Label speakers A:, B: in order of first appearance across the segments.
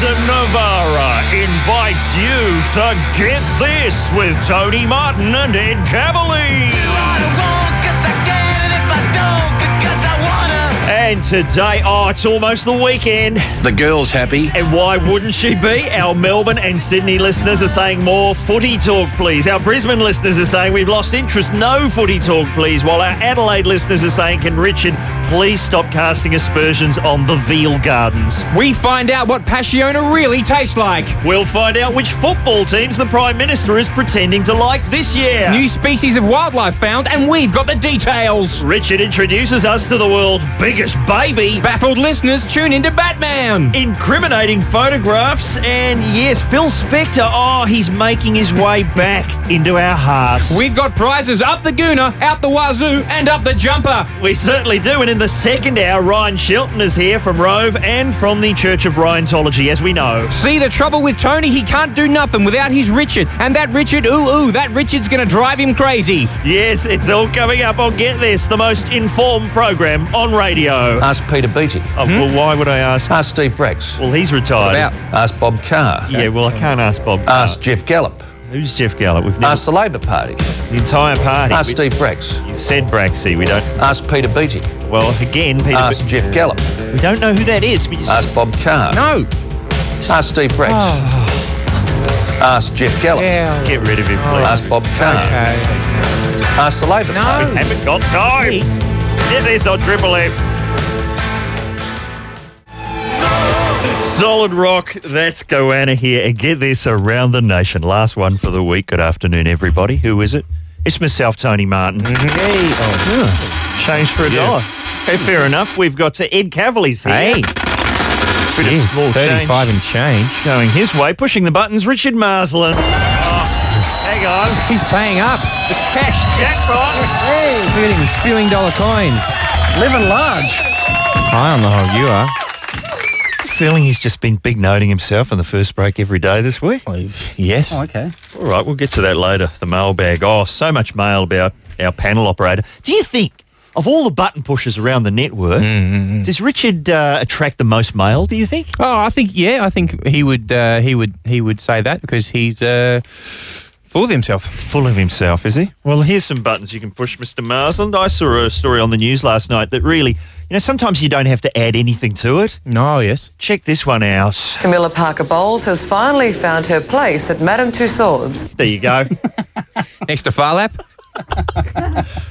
A: of Navarra invites you to get this with Tony Martin and Ed Cavalier. And today, oh, it's almost the weekend.
B: The girl's happy.
A: And why wouldn't she be? Our Melbourne and Sydney listeners are saying more footy talk, please. Our Brisbane listeners are saying we've lost interest. No footy talk, please. While our Adelaide listeners are saying, can Richard please stop casting aspersions on the Veal Gardens?
C: We find out what Passiona really tastes like.
A: We'll find out which football teams the Prime Minister is pretending to like this year.
C: New species of wildlife found, and we've got the details.
A: Richard introduces us to the world's biggest baby.
C: Baffled listeners, tune into Batman.
A: incriminating photographs, and yes, Phil Spector. Oh, he's making his way back into our hearts. We,
C: We've got prizes up the Goona, out the Wazoo, and up the Jumper.
A: we certainly do. And in the second hour, Ryan Shelton is here from Rove and from the Church of Rhientology, as we know.
C: See the trouble with Tony? He can't do nothing without his Richard. And that Richard, ooh, ooh, that Richard's gonna drive him crazy.
A: Yes, it's all coming up on Get This, the most informed program on radio.
B: Ask Peter Beattie. Hmm?
A: Oh, Well, why would I ask?
B: Ask Steve Brex.
A: Well, he's retired.
C: What about-
B: Ask Bob Carr.
A: Yeah, well, I can't ask Bob. Carr.
B: Ask Jeff Gallup.
A: Who's Jeff Gallup? We've never,
B: Ask the Labor Party.
A: the entire party.
B: Ask
A: We-
B: Steve Brex.
A: You've said Braxy. We don't.
B: Ask Peter Beattie.
A: Well, again, Peter.
B: Ask Jeff Gallup.
A: we don't know who that is. We just- Ah.
B: Ask Bob Carr.
C: No.
B: Ask Steve Brex. Ask Jeff Gallup.
C: Yeah.
A: Get rid of him, please.
B: Ask Bob Carr.
C: Okay.
B: Ask the Labor Party.
C: No.
A: Haven't got time. Get this on Triple M. Solid rock. That's Goanna here, and get this around the nation. Last one for the week. Good afternoon, everybody. Who is it? It's myself, Tony Martin. Change for a dollar. Okay, fair enough. We've got to Ed Cavalier's here.
C: Hey.
A: Bit of
C: Jeez,
A: small change.
C: 35 and change.
A: going his way, pushing the buttons. Richard Marsland. Oh, hang on,
C: He's paying up.
A: cash jackpot.
C: Hey. Look at him spewing dollar coins. Living large. High on the hog you are.
A: Feeling he's just been big noting himself in the first break every day this week.
C: Yes.
A: Oh,
D: Oh,
E: Okay.
A: All right, we'll get to that later. The mailbag. Oh, so much mail about our panel operator. Do you think, of all the button pushers around the network,
C: Mm,
A: does Richard uh, attract the most mail, do you think?
C: Oh, I think yeah. I think he would. Uh, he would. He would say that because he's uh, full of himself.
A: Full of himself, is he? Well, here's some buttons you can push, Mr. Marsland. I saw a story on the news last night that really, you know, sometimes you don't have to add anything to it.
C: No. Yes.
A: Check this one out.
F: Camilla Parker Bowles has finally found her place at Madame Tussauds.
A: There you go.
C: Next to Farlap.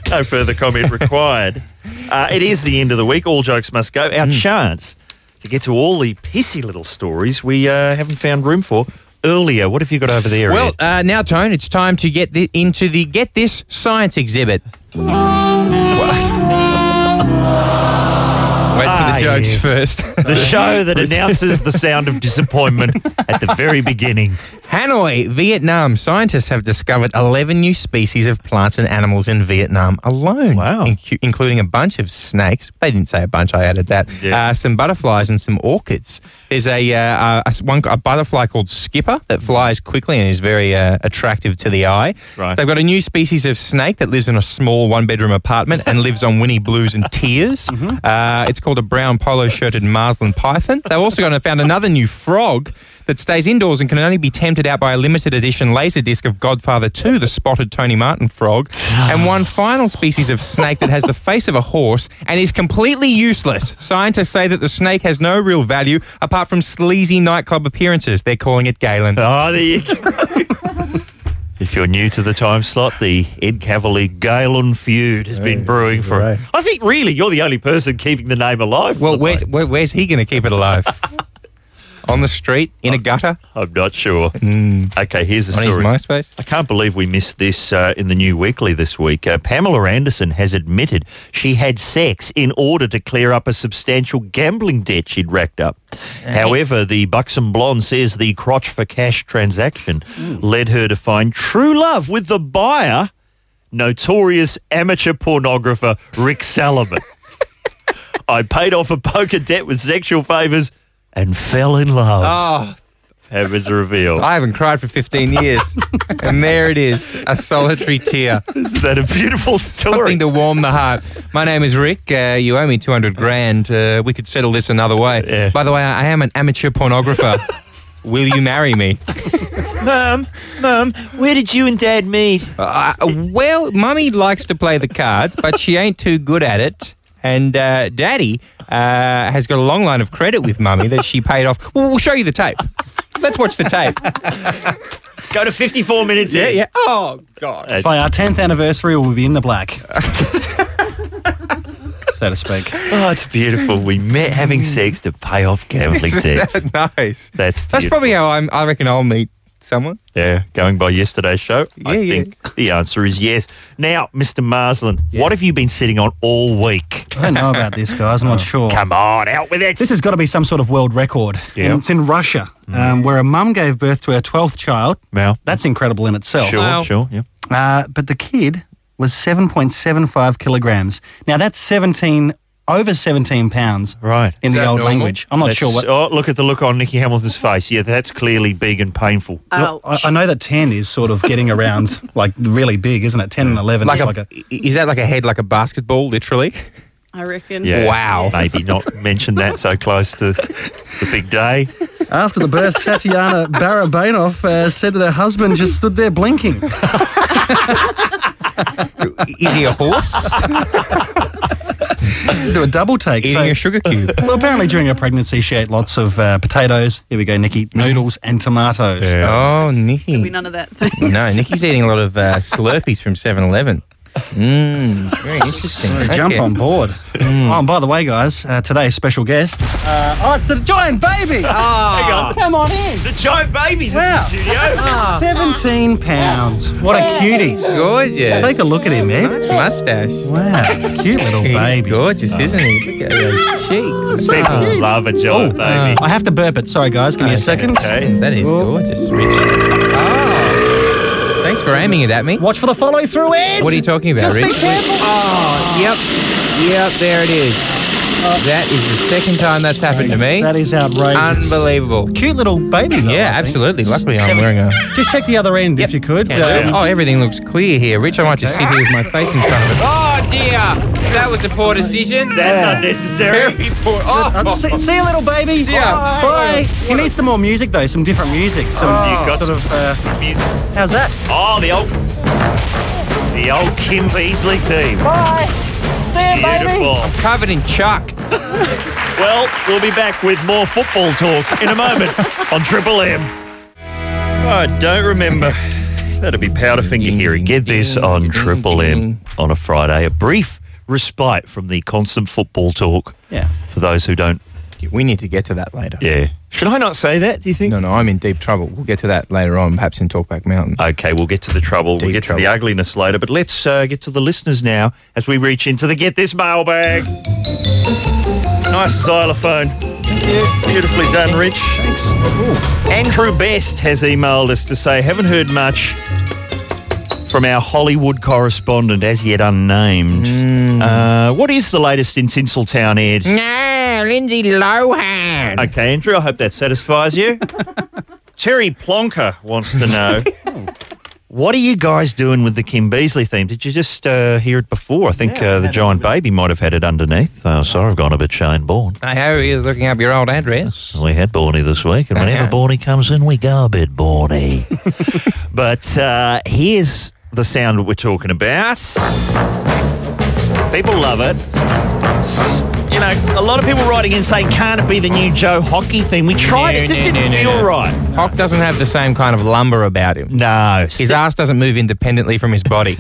A: no further comment required. Uh, it is the end of the week. All jokes must go.
C: Hmm.
A: Our chance to get to all the pissy little stories we uh, haven't found room for earlier. What have you got over there?
C: Well,
A: Ed?
C: uh, now Tone, it's time to get the, into the get this science exhibit. Wait for
A: Ah,
C: the jokes
A: yes.
C: first.
A: the show that announces the sound of disappointment at the very beginning.
C: Hanoi, Vietnam. Scientists have discovered 11 new species of plants and animals in Vietnam alone.
A: Wow.
C: incu- including a bunch of snakes. They didn't say a bunch, I added that.
A: Yeah.
C: Uh, some butterflies and some orchids. There's a, uh, uh, a, s- one, a butterfly called Skipper that flies quickly and is very uh, attractive to the eye.
A: Right.
C: They've got a new species of snake that lives in a small one bedroom apartment and lives on Winnie Blues and tears. Uh, it's called a brown polo shirted Marslin python. They've also gone and found another new frog that stays indoors and can only be tempted out by a limited edition laser disc of Godfather 2, the spotted Tony Martin frog. And one final species of snake that has the face of a horse and is completely useless. Scientists say that the snake has no real value apart from sleazy nightclub appearances. They're calling it Galen.
A: Oh, there you go. If you're new to the time slot, the Ed Cavalier Galen feud has been brewing for.
C: right.
A: I think really you're the only person keeping the name alive.
C: Well,
A: aren't
C: where's
A: I?
C: where, where's he going to keep it alive? On the street, in a gutter, Hmm.
A: I'm not sure. Okay, here's the
C: on
A: story.
C: his MySpace.
A: I can't believe we missed this uh, in the New Weekly this week. Uh, Pamela Anderson has admitted she had sex in order to clear up a substantial gambling debt she'd racked up. Uh, However, the buxom blonde says the crotch for cash transaction led her to find true love with the buyer, notorious amateur pornographer Rick Salomon. I paid off a poker debt with sexual favors and fell in love.
C: Oh,
A: It was revealed.
C: I haven't cried for 15 years. and there it is, a solitary tear.
A: Isn't that a beautiful story?
C: Something to warm the heart. My name is Rick. Uh, you owe me 200 grand. Uh, we could settle this another way.
A: Yeah.
C: By the way, I am an amateur pornographer. Will you marry me?
A: Mum, Mum, where did you and Dad meet?
C: Uh, well, Mummy likes to play the cards, but she ain't too good at it. And uh, Daddy uh, has got a long line of credit with Mummy that she paid off. Well, we'll show you the tape. Let's watch the tape.
A: Go to 54 minutes in.
C: Oh, God.
E: By our 10th anniversary, we'll be in the black. so to speak.
A: Oh, it's beautiful. We met having sex to pay off gambling debts.
C: That's nice.
A: That's
C: That's
A: beautiful.
C: probably how I'm, I reckon I'll meet someone.
A: Yeah, going by yesterday's show, I
C: Yeah, yeah.
A: think the answer is yes. Now, Mr. Marsland, what have you been sitting on all week?
E: I don't know about this, guys. I'm not sure.
A: Oh, Come on, out with it.
E: This has got to be some sort of world record.
A: Yeah.
E: And it's in Russia, um, where a mum gave birth to her 12th child.
A: Well.
E: That's incredible in itself.
A: sure,
C: Wow.
A: sure, yeah.
E: Uh, but the kid was 7.75 kilograms. Now, that's 17, over 17 pounds
A: Right.
E: in
C: that
E: the old
C: normal?
E: language. I'm not
A: That's-
E: sure what.
A: Oh, look at the look on Nicky Hamilton's face. Yeah, that's clearly big and painful.
C: Uh,
E: Look, I, I know that 10 is sort of getting around like really big, isn't it? 10 and 11
C: Like
E: is
C: a,
E: like a.
C: is that like a head like a basketball, literally?
G: I reckon.
A: Yeah.
C: Wow.
A: Maybe not mention that so close to the big day.
E: After the birth, Tatiana Barabanov uh, said that her husband just stood there blinking.
C: Is he a horse?
E: Do a double take.
C: Eating
E: so-
C: a sugar cube.
E: well, apparently during her pregnancy, she ate lots of uh, potatoes. Here we go, Nikki. Noodles and tomatoes.
G: There'll
C: Oh,
G: be
C: Nikki.
G: none of that thing.
C: No, Nikki's eating a lot of uh, Slurpees from 7 Eleven. Mmm, very interesting. Mm.
E: So jump
C: Okay.
E: on board. Oh, and by the way, guys, uh, today's special guest. Uh, oh, it's the giant baby. Come on in.
A: Ah. The giant babies
E: Wow.
A: in the studio.
H: Ah.
E: 17 pounds. What a cutie.
C: Gorgeous.
E: Take a look at him, Ed.
C: Mustache.
E: Wow, cute little
C: He's
E: baby. Oh.
C: gorgeous, isn't he? Look at those cheeks.
A: People
C: Wow.
A: love a giant baby.
E: Oh, I have to burp it. Sorry, guys. Give me a second.
A: Okay.
C: That is
E: Oh.
C: gorgeous, Richard. Oh. Thanks for aiming it at me.
E: Watch for the follow through, Ed.
C: What are you talking about,
E: Just be
C: Rich? Oh,
E: careful.
C: Yep. Yep, there it is. That is the second time that's happened to me.
E: That is outrageous.
C: Unbelievable.
E: Cute little baby. though,
C: Yeah,
E: I think.
C: absolutely. Luckily, I'm wearing a.
E: Just check the other end if you could. um,
C: Yeah. Oh, everything looks clear here. Rich, I might just sit here with my face in front of it. Oh, dear. That was a poor decision.
A: That's unnecessary.
C: Very poor. Oh,
E: Uh, see, see you, little baby.
C: See ya.
E: Bye. Bye. You need some more music, though. Some different music. Some
A: You've got
E: sort of.
A: some
E: Uh,
A: music.
E: how's that?
A: Oh, the old, the old Kim Beasley theme. Bye. Beautiful.
C: covered in chalk.
A: Well, we'll be back with more football talk in a moment on Triple M. I don't remember. That'll be Powderfinger here. And get this on Triple M on a Friday. A brief respite from the constant football talk.
E: Yeah.
A: For those who don't.
C: We need to get to that later.
A: Yeah. Should I not say that, do you think?
C: No, no, I'm in deep trouble. We'll get to that later on, perhaps in Talkback Mountain.
A: Okay, we'll get to the trouble. we'll
C: Deep
A: get to the
C: trouble.
A: ugliness later, but let's uh, get to the listeners now as we reach into the Get This mailbag. Nice xylophone. Beautifully done, Rich. Thanks. Andrew Best has emailed us to say, haven't heard much from our Hollywood correspondent, as yet unnamed.
C: Hmm.
A: Uh, what is the latest in Tinseltown, Ed?
C: No, Lindsay Lohan.
A: Okay, Andrew, I hope that satisfies you. Terry Plonker wants to know. What are you guys doing with the Kim Beasley theme? Did you just uh, hear it before? I think uh, the giant baby might have had it underneath. Oh, sorry, I've gone a bit Shane Bourne.
C: I hope he is looking up your old address.
A: We had Borny this week, and whenever
C: Okay.
A: Borny comes in, we go a bit Borny. but uh, here's the sound that we're talking about. People love it. You know, a lot of people writing in saying, can't it be the new Joe Hockey thing? We tried it,
C: No,
A: it just
C: no,
A: didn't
C: no, no,
A: feel
C: no.
A: right.
C: Hock doesn't have the same kind of lumber about him.
A: No.
C: His ass doesn't move independently from his body.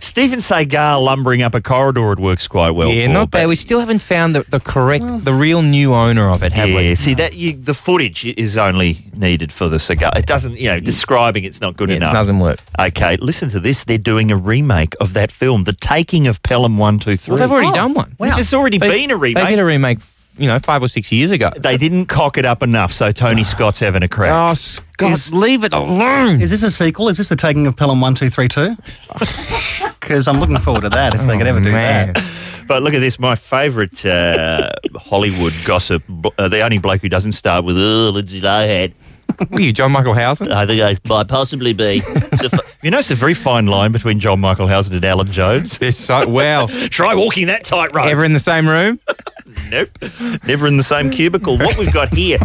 A: Stephen Seagal lumbering up a corridor, it works quite well.
C: yeah,
A: for,
C: not
A: but-
C: bad. We still haven't found the, the correct, the real new owner of it, have
A: Yeah,
C: we?
A: see that you, the footage is only needed for the cigar. It doesn't, you know, describing it's not good
C: It
A: enough.
C: doesn't work.
A: Okay, listen to this. They're doing a remake of that film, The Taking of Pelham One Two Three.
C: Well, they've already done one.
A: There's already
C: They-
A: been a
C: They did
A: remake.
C: a remake, you know, five or six years ago. Ah.
A: They didn't cock it up enough, so Tony Scott's having a crack.
C: oh, Scott, leave it alone.
E: Is this a sequel? Is this the taking of Pelham 1232? Because I'm looking forward to that if they could ever do
C: Oh, Man.
E: that.
A: But look at this. My favourite uh, Hollywood gossip, uh, the only bloke who doesn't start with, oh, Lindsay Lohan.
C: Were you John Michael Housen?
A: I think I might possibly be. It's a fi- you know, it's a very fine line between John Michael Housen and Alan Jones.
C: They're so well.
A: Try walking that tightrope.
C: Ever in the same room?
A: Nope. Never in the same cubicle. What we've got here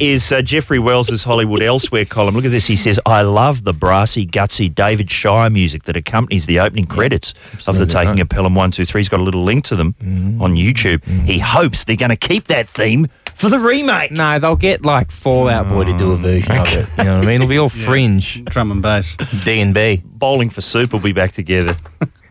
A: is uh, Jeffrey Wells's Hollywood Elsewhere column. Look at this. He says, I love the brassy, gutsy David Shire music that accompanies the opening credits of The Taking of Pelham 123. He's got a little link to them
C: Mm-hmm.
A: on YouTube. He hopes they're going to keep that theme for the remake.
C: No, they'll get like Fallout Boy to do
A: Mm.
C: a version of it. You know what I mean? It'll be all fringe.
E: Drum and bass.
C: D and B.
A: Bowling for Soup will be back together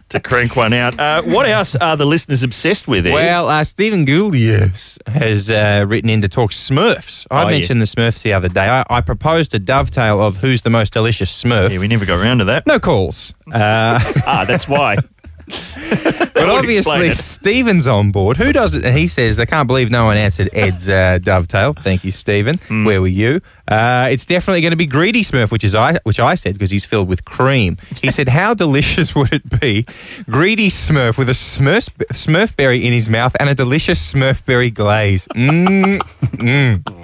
A: to crank one out. Uh, what else are the listeners obsessed with? Ed?
C: Well, uh, Stephen Gouldius has uh, written in to talk Smurfs. I
A: Oh, yeah.
C: mentioned the Smurfs the other day. I, I proposed a dovetail of who's the most delicious Smurf.
A: yeah, we never got around to that.
C: uh, no calls. Uh,
A: Ah, that's why.
C: but
A: would explain
C: obviously,
A: it.
C: Stephen's on board. Who does it? And he says, I can't believe no one answered Ed's uh, dovetail. Thank you, Stephen.
E: Hmm.
C: Where were you? Uh, it's definitely going to be Greedy Smurf, which is I, which I said because he's filled with cream. He said, How delicious would it be? Greedy Smurf with a Smurf, Smurfberry in his mouth and a delicious Smurfberry glaze. Mm,
E: Oh,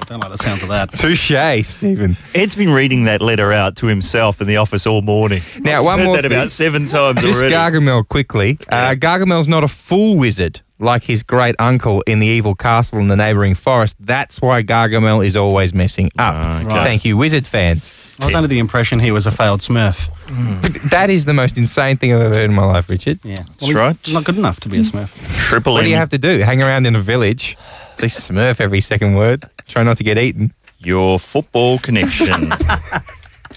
E: I don't like the sounds of that.
C: touche, Stephen.
A: Ed's been reading that letter out to himself in the office all morning.
C: Now,
A: I've
C: one
A: heard
C: more
A: that
C: thing.
A: about seven times
C: Just
A: already.
C: Gargamel quickly. Uh, Gargamel's not a fool wizard like his great uncle in the evil castle in the neighbouring forest. That's why Gargamel is always messing
A: Ah,
C: up.
E: okay.
C: Thank you, wizard fans.
E: I was under the impression he was a failed Smurf.
C: But that is the most insane thing I've ever heard in my life, Richard.
E: Yeah,
A: That's right.
E: Not good enough to be a Smurf.
A: Triple
C: What do you
A: M,
C: have to do? Hang around in a village, say smurf every second word, try not to get eaten.
A: your football connection.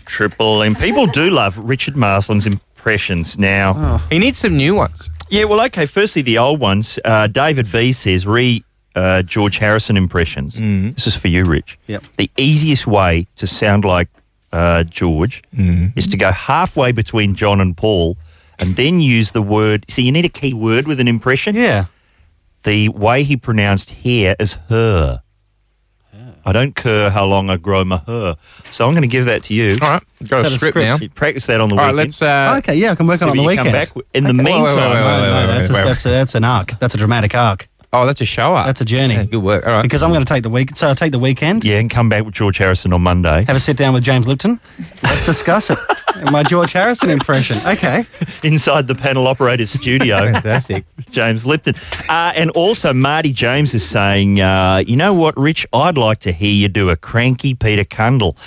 A: Triple M. People do love Richard Marsland's impressions now.
C: Oh. He needs some new ones.
A: Yeah, well, okay. Firstly, the old ones. Uh, David B says re uh, George Harrison impressions.
C: Mm.
A: This is for you, Rich.
E: Yep.
A: The easiest way to sound like uh, George
E: Mm-hmm.
A: is to go halfway between John and Paul, and then use the word. See, you need a key word with an impression.
E: Yeah.
A: The way he pronounced hair is her. I don't care how long I grow my hair. So I'm going to give that to you.
C: All right, got a
E: Is that a
C: script
E: script?
C: now.
A: So you practice that on the
C: All right,
A: weekend.
C: let's. Uh,
E: okay, yeah, I can work on it on
A: See
E: the
A: what you come
E: weekend.
A: back with. In the
C: wait,
A: meantime,
C: wait, wait,
E: No,
C: wait,
E: no,
C: wait,
E: that's, a,
C: wait, wait.
E: that's, a, that's an arc. That's a dramatic arc.
C: Oh, that's a show up.
E: That's a journey.
C: Good work. All right.
E: Because I'm going to take the week. So I take the weekend.
A: yeah, and come back with George Harrison on Monday.
E: Have a sit down with James Lipton. Let's discuss it. My George Harrison impression. Okay.
A: inside the panel operated studio.
C: Fantastic.
A: James Lipton. Uh, and also, Marty James is saying, uh, you know what, Rich? I'd like to hear you do a cranky Peter Cundall.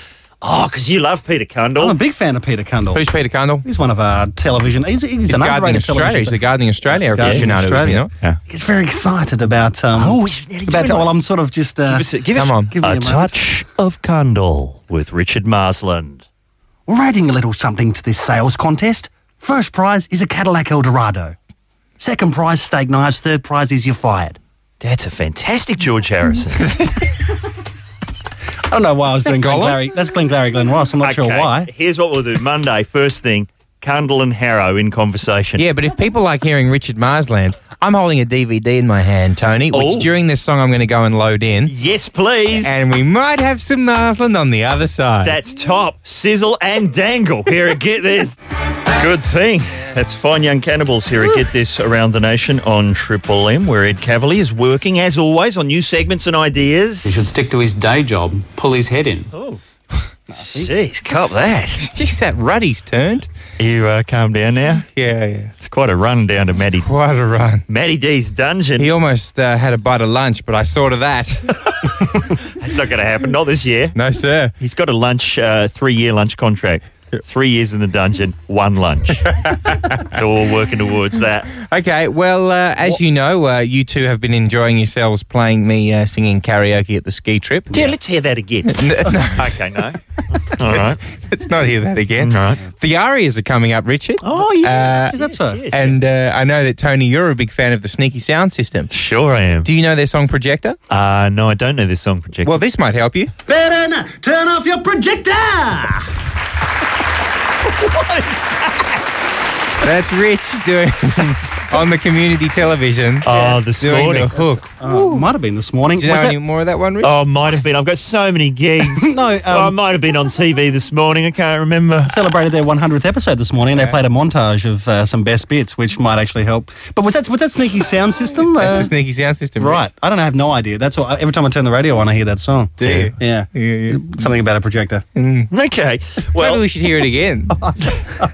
A: Oh, because you love Peter
E: I'm a
A: Cundall.
E: big fan of Peter Cundall.
C: Who's Peter Condell?
E: He's one of our television. He's, he's,
C: He's
E: an
C: gardening
E: underrated
C: Australia. He's
E: television.
C: the gardening Australia
E: Guardian
C: aficionado, isn't he?
E: Australia.
C: not?
A: Yeah.
E: He's very excited about. Um,
A: Oh, he's nearly
E: about.
A: doing it.
E: Well, I'm sort of just. Uh,
A: Give us a, give us
C: Come on.
E: give me
A: a
E: a moment.
A: touch of Cundall with Richard Marsland.
E: We're adding a little something to this sales contest. First prize is a Cadillac Eldorado. Second prize, steak knives. Third prize is you're fired.
A: That's a fantastic George Harrison.
E: I don't know Oh, why I was doing Glenn
C: Gollum?
E: Glary. That's Glenn Glary, Glenn Ross. I'm not sure
A: Okay,
E: why.
A: Here's what we'll do Monday, first thing, Cundall and Harrow in conversation.
C: Yeah, but if people like hearing Richard Marsland, I'm holding a DVD in my hand, Tony, which
A: Oh.
C: during this song I'm going to go and load in.
A: Yes, please.
C: And we might have some Marsland on the other side.
A: That's top, sizzle, and dangle. Here at Get This. Good thing. That's Fine Young Cannibals here at Get This Around the Nation on Triple M, where Ed Cavalier is working, as always, on new segments and
G: He should
A: ideas.
G: stick to his day job, pull his head in.
A: Oh. Jeez, cop that.
C: Just that ruddy's turned.
A: You uh, calm down now.
C: Yeah, yeah.
A: It's quite a run down to Matty,
C: Quite a run.
A: Matty D's dungeon.
C: He almost uh, had a bite of lunch, but I saw to that.
A: That's not going to happen, not this year.
C: no, sir.
A: He's got a lunch, uh, three year lunch contract. Three years in the dungeon, one lunch. it's all working towards that.
C: Okay, well, uh, as you know, uh, you two have been enjoying yourselves playing me uh, singing karaoke at the ski trip.
A: Yeah, let's hear that again. Okay, no. All right.
C: Let's not hear that again.
A: All right.
C: The Arias are coming up, Richard.
A: Oh, yes.
E: Is that so?
A: yes.
C: And uh, I know that, Tony, you're a big fan of the Sneaky Sound System.
A: Sure, I am.
C: Do you know their song Projector?
A: Uh, no, I don't know this song, Projector.
C: Well, this might help you.
E: Better not turn off your projector.
C: That's Rich doing on the community television.
A: Oh, this
C: doing
A: morning.
C: the hook.
E: Uh, might have been this Uh, morning.
C: Do you know
E: Was that-
C: any more of that one, Rich?
A: Oh, might have been. I've got so many gigs.
E: No, um,
A: oh, I might have been on TV this morning. I can't remember.
E: celebrated their 100th episode this morning, and they played a montage of uh, some best bits, which might actually help. But was that was that sneaky sound system?
C: That's
E: Uh,
C: the sneaky sound system, Rich.
E: right. I don't. I have no idea. That's what, every time I turn the radio on, I hear that song. Do
C: you?
E: Yeah.
C: Yeah, yeah.
E: Something about a projector.
A: Okay.
C: Maybe
A: Well,
C: we should hear it again for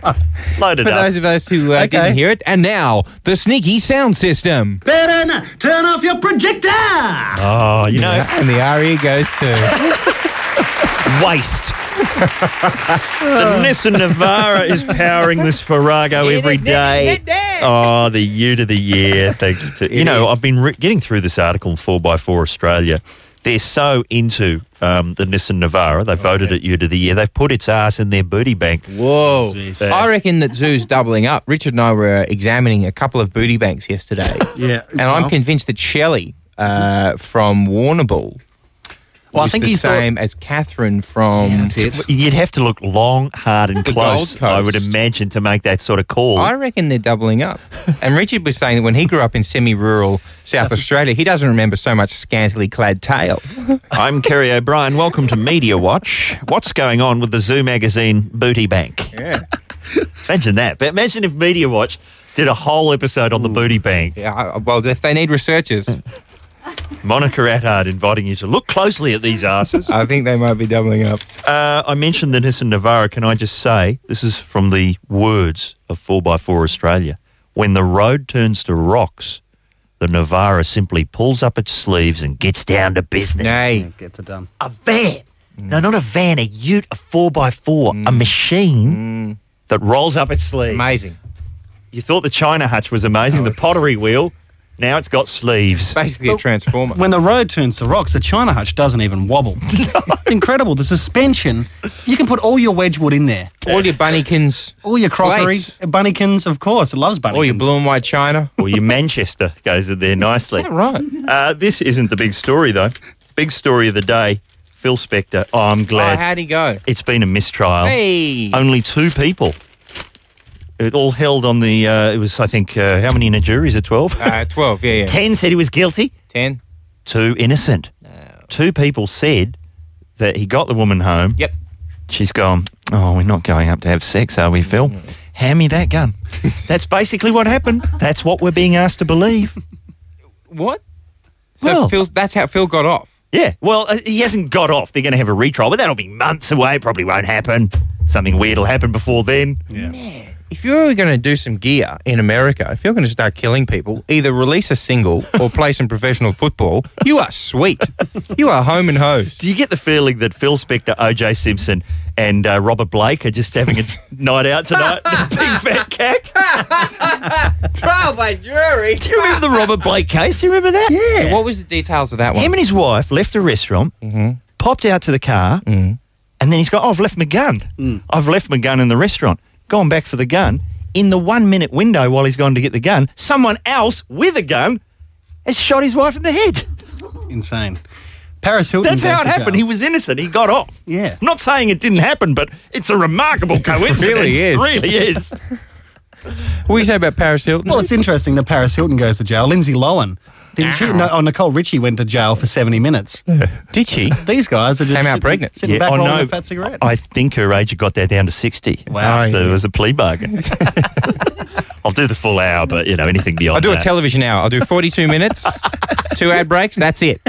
A: load it up.
C: those of us who uh,
E: Okay.
C: didn't hear it. And now the sneaky sound system.
E: Better not turn off your projector.
A: Oh, you know,
C: and the aria goes to.
A: waste. the Nissan Navara is powering this Farrago every day. Oh, the year to the year, thanks to. You know,
C: is.
A: I've been re- getting through this article in 4x4 Australia. They're so into um, the Nissan Navara. They voted it year to the year. They've put its ass in their booty bank.
C: Whoa!
E: Jeez.
C: I reckon that Zoo's doubling up. Richard and I were examining a couple of booty banks yesterday.
E: Yeah.
C: and I'm
E: Well.
C: convinced that Shelley uh, from Warrnambool
E: Well, I
C: was
E: think
C: the
E: he thought-
C: same as Catherine from.
E: That's it.
A: You'd have to look long, hard, and
C: The
A: close,
C: Gold
A: I would
C: Coast.
A: imagine, to make that sort of call.
C: I reckon they're doubling up. and Richard was saying that when he grew up in semi-rural South Australia, he doesn't remember so much scantily clad tail.
A: I'm Kerry O'Brien. Welcome to Media Watch. What's going on with the Zoo magazine booty bank?
C: Yeah.
A: Imagine that. But imagine if Media Watch did a whole episode on the booty bank.
C: Yeah, I- well, if they need researchers,
A: Monica Attard inviting you to look closely at these asses.
C: I think they might be doubling up.
A: Uh, I mentioned the Nissan Navara. Can I just say, this is from the words of 4x4 Australia. When the road turns to rocks, the Navara simply pulls up its sleeves and gets down to business.
C: Nay.
E: Gets it done.
A: a van. No, not a van, a ute, a 4x4,
C: Mm.
A: a machine Mm. that rolls up its sleeves.
C: Amazing.
A: You thought the China hutch was amazing, the pottery wheel. Now it's got sleeves.
C: Basically a transformer.
E: When the road turns to rocks, the China hutch doesn't even wobble. it's incredible. The suspension. You can put all your wedgewood in there.
C: All your bunnykins.
E: All your crockery,
C: plates,
E: bunnykins, of course. It loves bunnykins.
C: All your blue and white china.
A: Well, your Manchester goes in there nicely.
C: Right.
A: Uh, this isn't the big story, though. Big story of the day Phil Spector. Oh, I'm
C: Oh,
A: glad.
C: how'd he go?
A: it's been a mistrial.
C: Hey.
A: Only two people. It all held on the, uh, it was, I think, uh, how many in a jury? Is it 12?
C: Uh, 12, yeah, yeah.
A: 10 said he was guilty.
C: 10.
A: two innocent. Two people said that he got the woman home.
C: Yep.
A: She's gone, Oh, we're not going up to have sex, are we, Phil?
C: Mm.
A: Hand me that gun. That's basically what happened. That's what we're being asked to believe.
C: What? So
A: Well-
C: Phil's, that's how Phil got off.
A: Yeah. Well, uh, he hasn't got off. They're going to have a retrial, but that'll be months away. Probably won't happen. Something weird will happen before then.
C: If you're going to do some gear in America, if you're going to start killing people, either release a single or play some professional football, you are sweet. you are home and hose.
A: Do you get the feeling that Phil Spector, OJ Simpson, and uh, Robert Blake are just having a night out tonight? Big fat cack.
C: Trial by jury.
A: Do you remember the Robert Blake case? Do you remember that? Yeah.
C: What was the details of that one? Mm-hmm.
A: Him and his wife left the restaurant, popped out to the car,
C: Mm.
A: and then he's got, oh, I've left my gun.
E: Mm.
A: I've left my gun in the restaurant. Gone back for the gun. In the one minute window while he's gone to get the gun, someone else with a gun has shot his wife in the head.
E: Insane. Paris Hilton.
A: That's
E: goes
A: how it
E: to
A: happened.
E: jail.
A: He was innocent. He got off.
E: Yeah.
A: I'm not saying it didn't happen, but it's a remarkable coincidence.
C: really is.
A: It really is.
C: what do you say about Paris Hilton?
E: Well, it's interesting that Paris Hilton goes to jail. Lindsay Lohan. Didn't she? No, oh, Nicole Richie went to jail for 70 minutes.
C: Did she?
E: These guys are just
C: Came out
E: sitting,
C: pregnant.
E: sitting back
A: I
E: rolling
A: know.
E: a fat cigarette.
A: Oh, I think her agent got that down to 60.
E: Wow.
C: Oh,
A: There was a plea bargain. I'll do the full hour, but, you know, anything beyond
C: I'll do a
A: that.
C: television hour. I'll do 42 minutes, two ad breaks. That's it.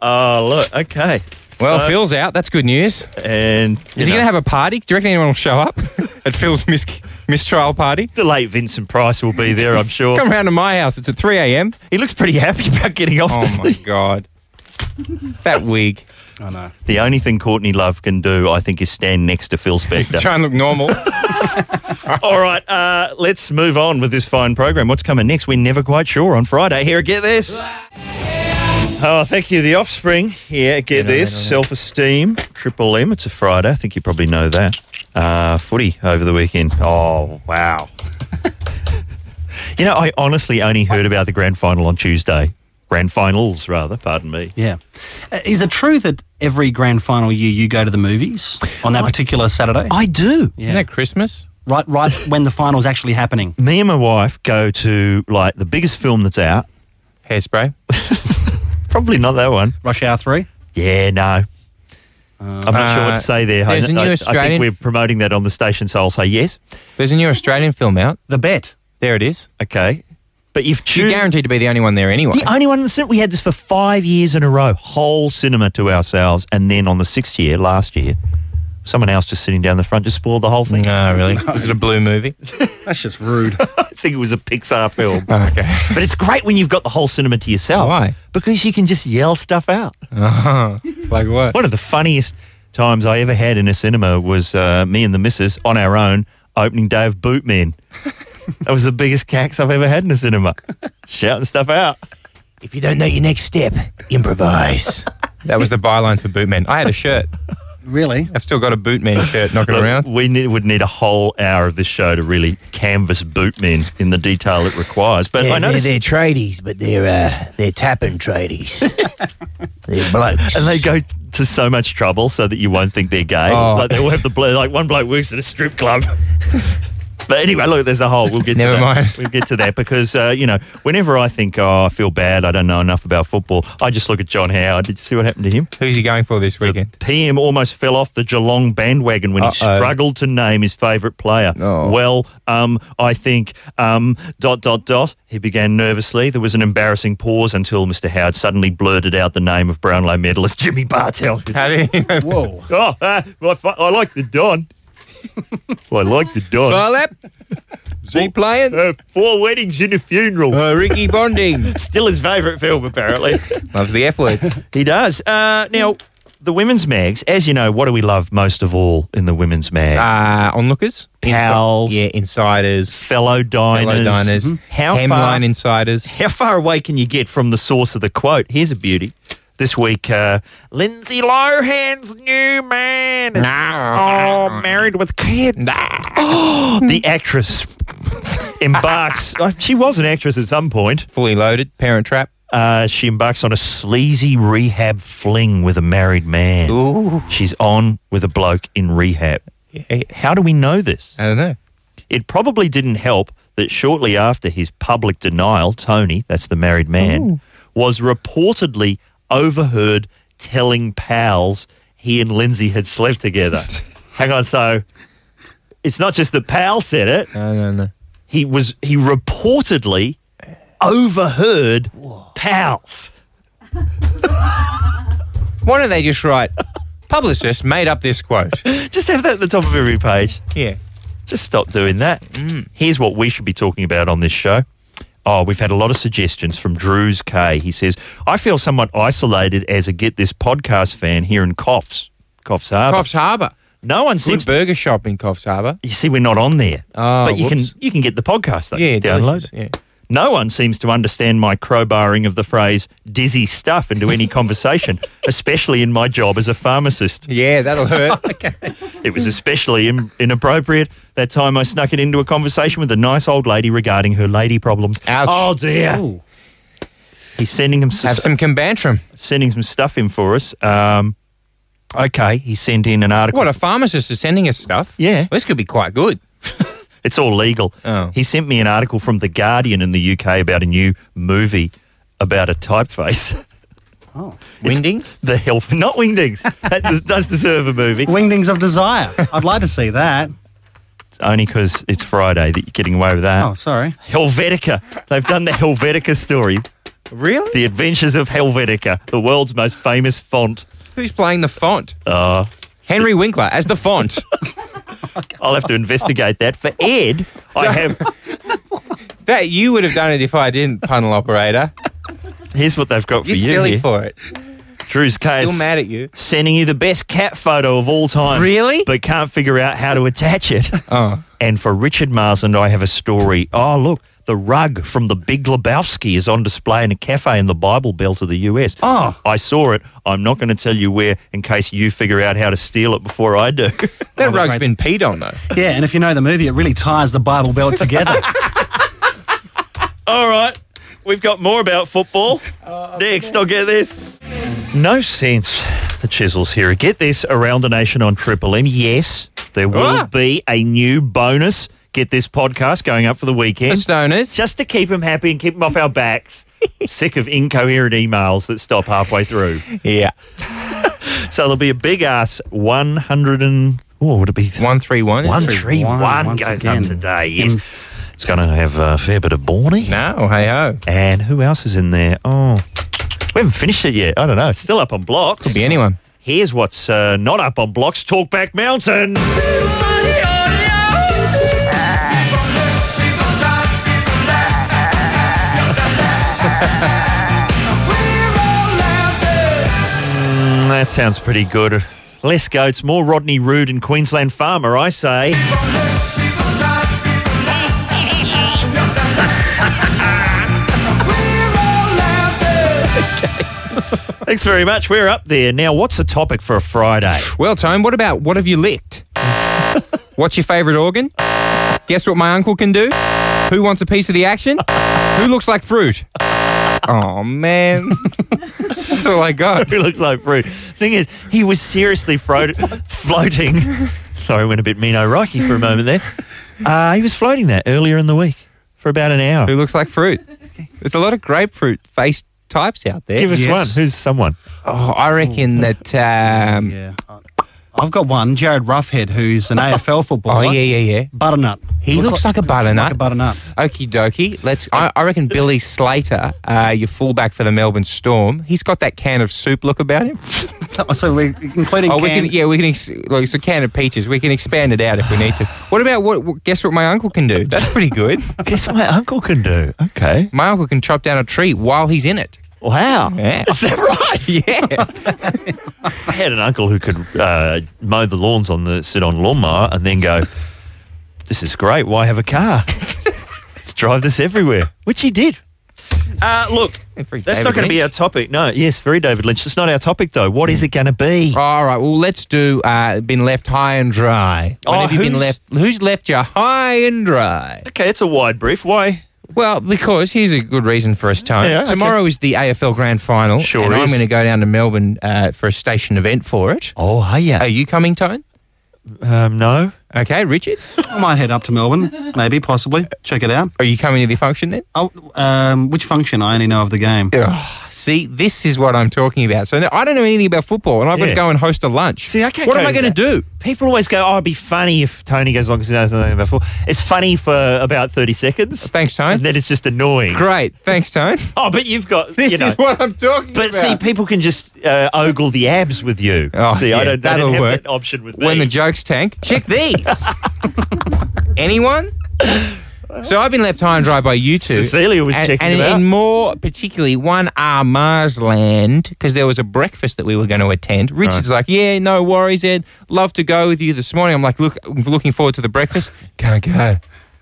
A: Oh, look, okay.
C: Well,
A: So-
C: Phil's out. That's good news.
A: And you
C: Is he
A: know,
C: going to have a party? Do you reckon anyone will show up at Phil's mis- mistrial party?
A: the late Vincent Price will be there, I'm sure.
C: Come round to my house. It's at 3 a.m.
A: He looks pretty happy about getting off this
C: Oh, my
A: thing.
C: God. That wig.
E: I know.
A: The only thing Courtney Love can do, I think, is stand next to Phil Spector.
C: Try and look normal.
A: All right, uh, let's move on with this fine program. What's coming next? We're never quite sure on Friday. Here, at get this. Oh, thank you, The Offspring. Yeah, get this. Self esteem, Triple M. It's a Friday. I think you probably know that. Uh, footy over the weekend. Oh, wow. you know, I honestly only heard about the grand final on Tuesday. Grand finals, rather, pardon me.
E: Yeah. Uh, Is it true that every grand final year you go to the movies on that particular Saturday?
A: I do.
C: Isn't that Christmas?
E: right, right when the final's actually happening.
A: Me and my wife go to like the biggest film that's out.
C: Hairspray.
A: Probably not that one.
E: Rush Hour 3?
A: Yeah, no. I'm not sure
C: Uh,
A: what to say there.
C: there's
A: I,
C: a new
A: I- I
C: Australian-
A: think we're promoting that on the station, so I'll say yes.
C: There's a new Australian film out.
E: The Bet.
C: There it is.
A: Okay. But you've
C: You're
A: tuned.
C: guaranteed to be the only one there anyway.
A: the only one in the cinema. We had this for five years in a row, whole cinema to ourselves. And then on the sixth year, last year, someone else just sitting down the front just spoiled the whole thing.
C: No, really. Was it a blue movie?
E: That's just rude.
A: I think it was a Pixar film.
C: Oh, okay.
A: but it's great when you've got the whole cinema to yourself.
C: Why?
A: Because you can just yell stuff out.
C: Uh-huh. Like what?
A: One of the funniest times I ever had in a cinema was uh, me and the missus on our own opening day of Bootmen. that was the biggest cax I've ever had in a cinema. Shouting stuff out.
C: If you don't know your next step, improvise. that was the byline for Bootmen. I had a shirt.
E: really?
C: I've still got a Bootmen shirt knocking
A: Look,
C: around.
A: We need, would need a whole hour of this show to really canvas Bootmen in the detail it requires. But I noticed,
I: tradies, but they're uh, they're tapping tradies. they're blokes.
A: and they go to so much trouble so that you won't think they're gay.
C: Oh.
A: Like they will have the blo- like one bloke works at a strip club. But anyway, look, there's a whole. We'll get
C: Never
A: to that.
C: mind.
A: We'll get to that because uh, you know, whenever I think, oh, I feel bad, I don't know enough about football. I just look at John Howard. Did you see what happened to him?
C: Who's he going for this weekend?
A: PM almost fell off the Geelong bandwagon when he
C: Uh-oh.
A: struggled to name his favourite player.
C: Oh.
A: Well, um, I think um, dot dot dot. He began nervously. There was an embarrassing pause until Mr. Howard suddenly blurted out the name of Brownlow medalist Jimmy Bartell.
C: How do you
E: Whoa.
A: oh, uh, I, fi- I like the Don. I like the Don.
C: Farlap? Is he playing?
A: Uh, four weddings and a funeral.
C: Uh, Ricky Bonding.
A: Still his favourite film, apparently.
C: Loves the F word.
A: He does. Uh, now, the women's mags, as you know, what do we love most of all in the women's mag?
C: Uh, onlookers. Insi-
A: Pals.
C: yeah, insiders.
A: fellow diners.
C: Fellow
A: Mm-hmm.
C: diners.
A: How
C: Hemline
A: far?
C: insiders.
A: how far away can you get from the source of the quote? Here's a beauty. This week, uh, Lindsay Lohan's new man. is- Oh, married with kids. Oh, the actress embarks. uh, she was an actress at some point.
C: Fully loaded. Parent trap.
A: Uh, she embarks on a sleazy rehab fling with a married man.
C: Ooh.
A: She's on with a bloke in rehab.
C: yeah.
A: How do we know this?
C: I don't know.
A: It probably didn't help that shortly after his public denial, Tony, that's the married man, was reportedly overheard telling pals he and Lindsay had slept together. Hang on, so it's not just the pal said it.
C: I don't know.
A: He was he reportedly overheard pals.
C: Why don't they just write, publicist made up this quote?
A: Just have that at the top of every page.
C: Yeah. Mm.
A: Just stop doing that. Here's what we should be talking about on this show. Oh, we've had a lot of suggestions from Drews K. He says, I feel somewhat isolated as a Get This podcast fan here in Coffs, Coffs Harbour.
C: Coffs Harbour.
A: No one
C: Good
A: seems to.
C: burger shop in Coffs Harbour.
A: You see, we're not on there.
C: Oh,
A: but you
C: whoops.
A: can you can get the podcast, though.
C: Yeah,
A: download
C: delicious,
A: it.
C: yeah.
A: No one seems to understand my crowbarring of the phrase dizzy stuff into any conversation, especially in my job as a pharmacist.
C: Yeah, that'll hurt.
A: It was especially in, inappropriate that time I snuck it into a conversation with a nice old lady regarding her lady problems.
C: Ouch.
A: Oh dear. He's sending him
C: Have some combantrum.
A: sending some stuff in for us. Um, okay, he sent in an article.
C: What, a pharmacist is sending us stuff?
A: Yeah.
C: This could be quite good.
A: It's all legal.
C: Oh.
A: He sent me an article from The Guardian in the UK about a new movie about a typeface.
E: Oh.
C: Windings?
A: the help, not Wingdings. that does deserve a movie.
E: Wingdings of Desire. I'd like to see that.
A: It's only because it's Friday that you're getting away with that.
E: Oh, sorry.
A: Helvetica. They've done the Helvetica story.
C: Really?
A: The Adventures of Helvetica, the world's most famous font.
C: Who's playing the font? Uh, Henry Winkler as the font.
A: I'll have to investigate that. For Ed, I have.
C: that you would have done it if I didn't, punnel operator.
A: Here's what they've got for
C: You're
A: you.
C: silly
A: here.
C: for it.
A: Drew's case.
C: Still mad at you.
A: Sending you the best cat photo of all time.
C: Really?
A: But can't figure out how to attach it.
C: Oh.
A: And for Richard Marsland, I have a story. Oh, look, the rug from the Big Lebowski is on display in a cafe in the Bible Belt of the US.
E: Oh.
A: I saw it. I'm not going to tell you where in case you figure out how to steal it before I do.
C: That
E: they're
C: rug's
E: great.
C: been peed on, though.
E: Yeah, and if you know the movie, it really ties the Bible Belt together.
A: All right. We've got more about football. Next, I'll get this. No sense. The chisels here. Get this around the nation on Triple M. Yes, There will
C: Ah.
A: be a new bonus. Get this podcast going up for the
C: For
A: weekend.
C: stoners.
A: Just to keep them happy and keep them off our backs. Sick of incoherent emails that stop halfway through.
C: yeah.
A: So there'll be a big ass 100 and. What would it be?
C: 131.
A: One three one
E: once
A: goes
E: again.
A: up today. Yes, it's going to have a fair bit of Borny.
C: No, hey ho.
A: And who else is in there? Oh, we haven't finished it yet. I don't know. It's still up on blocks.
C: Could be anyone.
A: Here's what's uh, not up on blocks. Talkback Mountain. Mm, Mm, that sounds pretty good. Less goats, more Rodney Rood and Queensland Farmer, I say. Thanks very much. We're up there. Now, what's the topic for a Friday?
C: Well, Tone, what about what have you licked? What's your favourite organ? Guess what my uncle can do? Who wants a piece of the action? Who looks like fruit? Oh, man. That's all I got.
A: Who looks like fruit? Thing is, he was seriously fro- floating. Sorry, went a bit Mino Rocky for a moment there. Uh, he was floating that earlier in the week for about an hour.
C: Who looks like fruit? There's a lot of grapefruit face types out there.
A: Give us
E: Yes.
A: one. Who's someone?
C: Oh, I reckon that. Um,
E: Yeah. I- I've got one, Jared Roughhead, who's an AFL footballer.
C: Oh, yeah, yeah, yeah.
E: Butternut.
C: He looks, like, a butternut.
E: like a butternut.
C: Okie dokie. Let's. I, I reckon Billy Slater, uh, your fullback for the Melbourne Storm, he's got that can of soup look about him.
E: So we're including
C: Oh, we can.
E: canned-
C: Yeah, we can. Ex- like it's a can of peaches. We can expand it out if we need to. What about what? what guess what my uncle can do? That's pretty good.
A: Guess what my uncle can do. Okay.
C: My uncle can chop down a tree while he's in it.
A: Wow.
C: Yeah.
A: Is that right?
C: Yeah.
A: I had an uncle who could uh, mow the lawns on the sit on lawnmower and then go, This is great. Why have a car? Let's drive this everywhere, which he did. Uh, look,
C: Very
A: that's
C: David
A: not going to be
C: Lynch.
A: our topic. No, yes, very David Lynch. It's not our topic, though. What is it going to be?
C: All right. Well, let's do. Uh, been left high and dry. When
A: Oh,
C: have you been
A: who's-
C: left? Who's left you high and dry?
A: Okay, it's a wide brief. Why?
C: Well, because here's a good reason for us, Tone.
A: Yeah, okay.
C: Tomorrow is the AFL Grand Final.
A: Sure
C: and I'm
A: is.
C: going to go down to Melbourne uh, for a station event for it.
A: Oh, are you?
C: Are you coming, Tone?
A: Um, no.
C: Okay, Richard.
E: I might head up to Melbourne, maybe, possibly. Check it out.
C: Are you coming to the function then?
E: Oh, um, which function? I only know of the game.
C: See, this is what I'm talking about. So no, I don't know anything about football, and I've got
A: Yeah.
C: to go and host a lunch.
A: See, I can't
C: What
A: go
C: am I
A: to
C: going to do?
A: People always go, oh, it'd be funny if Tony goes along because he knows nothing about football. It's funny for about 30 seconds.
C: Thanks, Tone.
A: And then it's just annoying.
C: Great. Thanks, Tone.
A: Oh, but you've got.
C: This
A: you know,
C: is what I'm talking
A: But
C: about.
A: see, people can just uh, ogle the abs with you.
C: Oh,
A: see,
C: yeah,
A: I don't, I
C: that'll
A: don't have
C: work.
A: that option with
C: when
A: me.
C: the jokes tank, check these. Anyone? So I've been left high and dry by you two.
A: Cecilia was
C: and,
A: checking
C: and
A: it out.
C: in more particularly one R Marsland because there was a breakfast that we were going to attend. Richard's like, yeah, no worries, Ed. Love to go with you this morning. I'm like, look, looking forward to the breakfast. Can't go.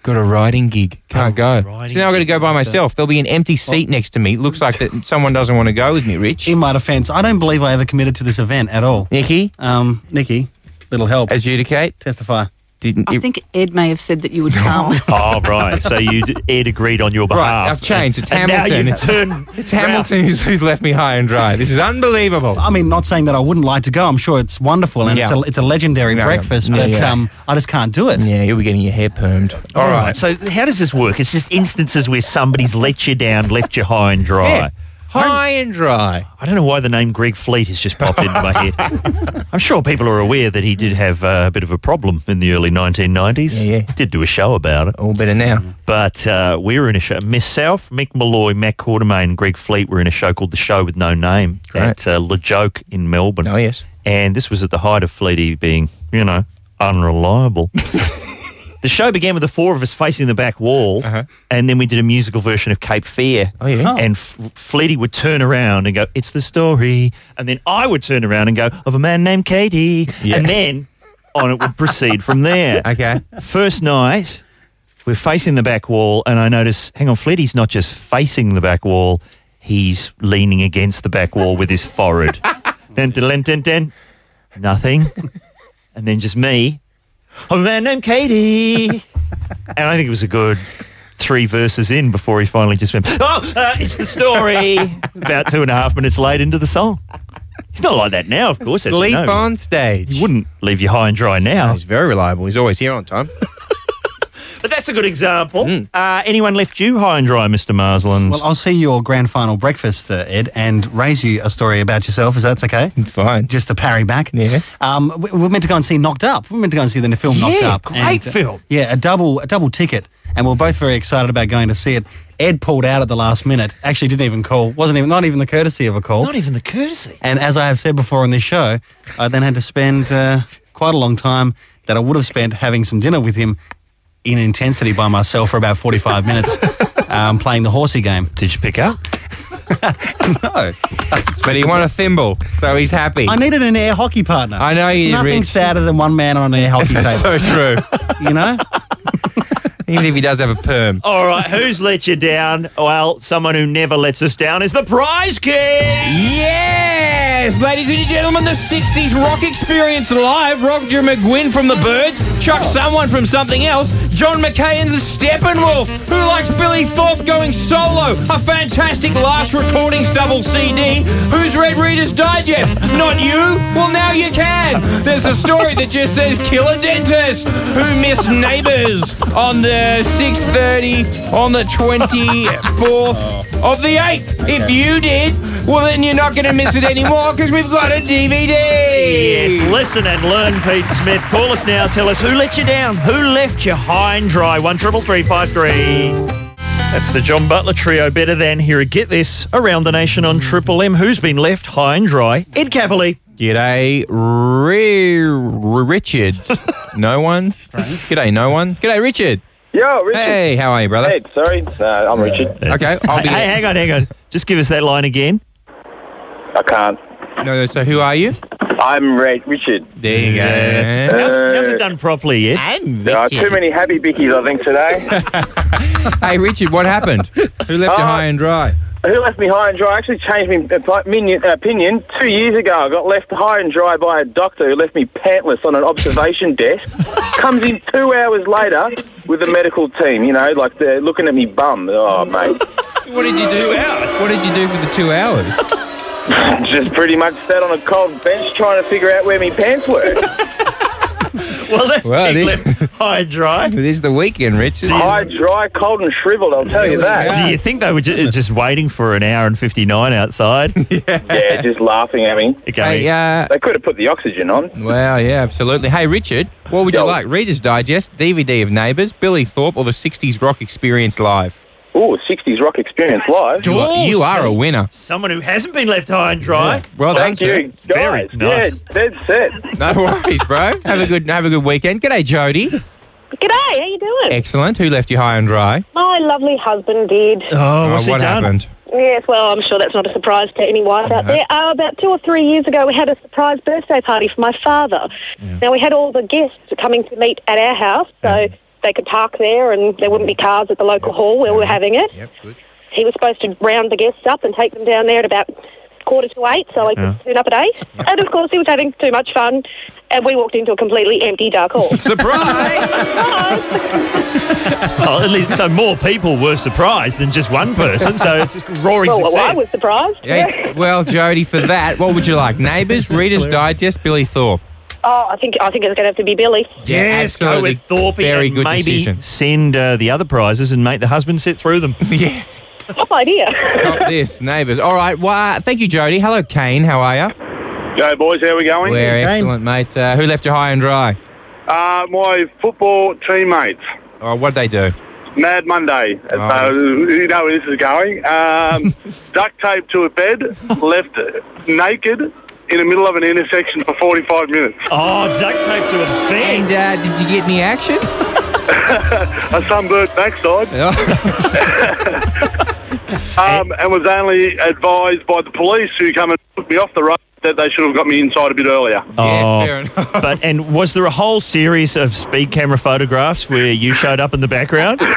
C: Got a riding gig. Can't go. So now I've got to go by myself. There'll be an empty seat next to me. Looks like that someone doesn't want to go with me, Rich.
E: In my defence, I don't believe I ever committed to this event at all.
C: Nikki,
E: Um, Nikki, little help.
C: adjudicate.
E: testify. Ah.
C: Didn't
J: I
C: you?
J: think Ed may have said that you would come.
A: oh, right. So you d- Ed agreed on your behalf.
C: I've changed. It's
A: and
C: Hamilton.
A: Now you've
C: It's-
A: turned
C: It's Hamilton who's, who's left me high and dry. This is unbelievable.
E: I mean, not saying that I wouldn't like to go. I'm sure it's wonderful and it's,
C: Yeah.
E: a, it's a legendary
C: Yeah, yeah.
E: breakfast,
C: Yeah,
E: but
C: yeah.
E: Um, I just can't do it.
C: Yeah, you'll be getting your hair permed.
A: All right. So how does this work? It's just instances where somebody's let you down, left you high and dry.
C: Yeah. High and dry.
A: I don't know why the name Greg Fleet has just popped into my head. I'm sure people are aware that he did have uh, a bit of a problem in the early 1990s.
C: Yeah, yeah.
A: Did do a show about it.
C: All better now.
A: But uh, we were in a show. Miss South, Mick Malloy, Matt Quatermain, and Greg Fleet were in a show called The Show with No Name
C: Great.
A: at uh, La Joke in Melbourne.
C: Oh, yes.
A: And this was at the height of Fleety being, you know, unreliable. the show began with the four of us facing the back wall, and then we did a musical version of Cape Fear.
C: Uh-huh. Oh, yeah. Oh.
A: And F- Fleety would turn around and go, It's the story. And then I would turn around and go, Of a man named Katie.
C: Yeah.
A: And then on it would proceed from there.
C: Okay.
A: First night, we're facing the back wall, and I notice, hang on, Fletty's not just facing the back wall, he's leaning against the back wall with his forehead. dun, dun, dun, dun, dun. Nothing. and then just me. Oh, man named Katie. and I think it was a good three verses in before he finally just went, oh, uh, it's the story. About two and a half minutes late into the song. He's not like that now, of course. as you
C: Sleep
A: know.
C: on stage.
A: He wouldn't leave you high and dry now.
C: He's very reliable. He's always here on time.
A: But that's a good example. Uh, anyone left you high and dry, Mr. Marsland?
E: Well, I'll see your grand final breakfast, uh, Ed, and raise you a story about yourself, if that's okay.
C: Fine.
E: Just to parry back.
C: Yeah.
E: Um, we, we we're meant to go and see Knocked Up. We We're meant to go and see the film Knocked
A: Yeah,
E: Up. uh,
A: great film.
E: Yeah, a double a double ticket, and we we're both very excited about going to see it. Ed pulled out at the last minute. Actually, didn't even call. wasn't even not even the courtesy of a call.
A: not even the courtesy.
E: And as I have said before on this show, I then had to spend uh, quite a long time that I would have spent having some dinner with him in intensity by myself for about 45 minutes um, playing the horsey game.
A: Did you pick up?
C: Oh.
E: No.
C: But he won a thimble, so he's happy.
E: I needed an air hockey partner.
C: I know you,
E: There's Nothing
C: Rich.
E: sadder than one man on an air hockey table,
C: so true.
E: you know?
C: Even if he does have a perm.
A: All right, who's let you down? Well, someone who never lets us down is the prize king.
H: Yes, ladies and gentlemen, the 60s rock experience live. Roger McGuinn from The Birds, Chuck Someone from Something Else, John McKay and the Steppenwolf, who likes Billy Thorpe going solo, a fantastic last recordings double CD, who's Red Reader's Digest? Not you? Well, now you can. There's a story that just says killer dentist who missed neighbours on the 6.30 on the 24th of the 8th. If you did, well, then you're not going to miss it anymore because we've got a DVD.
A: Yes, listen and learn, Pete Smith. Call us now. Tell us who let you down, who left you high and dry. One triple three five three. That's the John Butler trio. Better than here. at Get this around the nation on Triple M. Who's been left high and dry? Ed Cavalier.
C: G'day, Ri- Ri- Richard. no one? G'day, no one. G'day, Richard.
K: Yo, Richard.
C: Hey, how are you, brother?
K: Ed, sorry.
A: uh,
K: No, Uh, I'm Richard.
C: Okay, I'll be
A: Hey,
C: there.
A: hang on, hang on. Just give us that line again.
K: I can't.
C: No, no, so who are you?
K: I'm Red Richard.
C: There you
A: Yes.
C: go.
A: How's, how's it done properly yet?
H: And
K: There are too many happy bickies, I think, today.
C: Hey, Richard, what happened? Who left you
K: Oh.
C: high and dry?
K: Who left me high and dry? I actually changed my uh, opinion, opinion two years ago. I got left high and dry by a doctor who left me pantless on an observation desk. Comes in two hours later with the medical team, you know, like they're looking at me bum. Oh, mate.
C: What did you do? What did you do for the two hours?
K: Just pretty much sat on a cold bench trying to figure out where my pants were.
A: Well, that's
C: Well,
A: being
C: it
A: left high and dry.
C: This is the weekend, Richard.
K: high, dry, cold and shriveled, I'll tell you that.
A: Do you think they were ju- uh, just waiting for an hour and 59 outside?
K: Yeah, just laughing at me.
A: Okay.
C: Hey, uh,
K: They could have put the oxygen on.
C: well, yeah, absolutely. Hey, Richard, what would you
K: Yo.
C: like? Reader's Digest, DVD of Neighbours, Billy Thorpe, or the 60s Rock Experience Live?
K: Ooh, 60s rock experience live.
C: You are, you are a winner.
A: Someone who hasn't been left high and dry.
C: Well done,
K: Thank
C: sir.
K: you,
A: Very
K: guys.
A: nice.
K: Yeah, dead set.
C: No worries, bro. Have a good have a good weekend. G'day, Jody.
L: G'day, how you doing?
C: Excellent. Who left you high and dry?
L: My lovely husband did.
A: Oh, what's
C: Oh,
A: he
C: what
A: done?
C: happened?
L: Yes, well, I'm sure that's not a surprise to any wife out there. Uh, about two or three years ago, we had a surprise birthday party for my father. Now, we had all the guests coming to meet at our house, so they could park there and there wouldn't be cars at the local hall where we were having it.
C: Yep, good.
L: He was supposed to round the guests up and take them down there at about quarter to eight, so I could turn up at eight. And, of course, he was having too much fun, and we walked into a completely empty dark hall.
C: Surprise!
A: Oh, at least, so more people were surprised than just one person. So it's just roaring
L: well, well, I
A: success.
L: was surprised.
C: Hey, well, Jody, for that, what would you like? Neighbours, Reader's Digest, Billy Thorpe.
L: Oh, I think I think it's going to have to be Billy.
A: yes, go
C: absolutely.
A: with Thorpe
C: Very
A: and
C: good
A: maybe
C: decision.
A: send uh, the other prizes and make the husband sit through them.
C: Yeah.
L: Top idea.
C: Got this, neighbours. All right. Well, thank you, Jody. Hello, Kane. How are you?
K: Go, boys. How we going?
C: We're
E: Kane.
C: excellent, mate. Uh, who left you high and dry?
K: Uh, my football teammates,
C: Oh, what did they Oh, do?
K: Mad Monday.
C: Nice.
K: So you know where this is going. Um, duct taped to a bed, left naked in the middle of an intersection for 45 minutes.
A: Oh, duct tape to a
C: And
A: bed.
C: uh, did you get any action?
K: A sunburnt backside. Um, and was only advised by the police who come and took me off the road that they should have got me inside a bit earlier.
A: Oh,
C: Yeah, fair enough.
A: But and was there a whole series of speed camera photographs where you showed up in the background? Come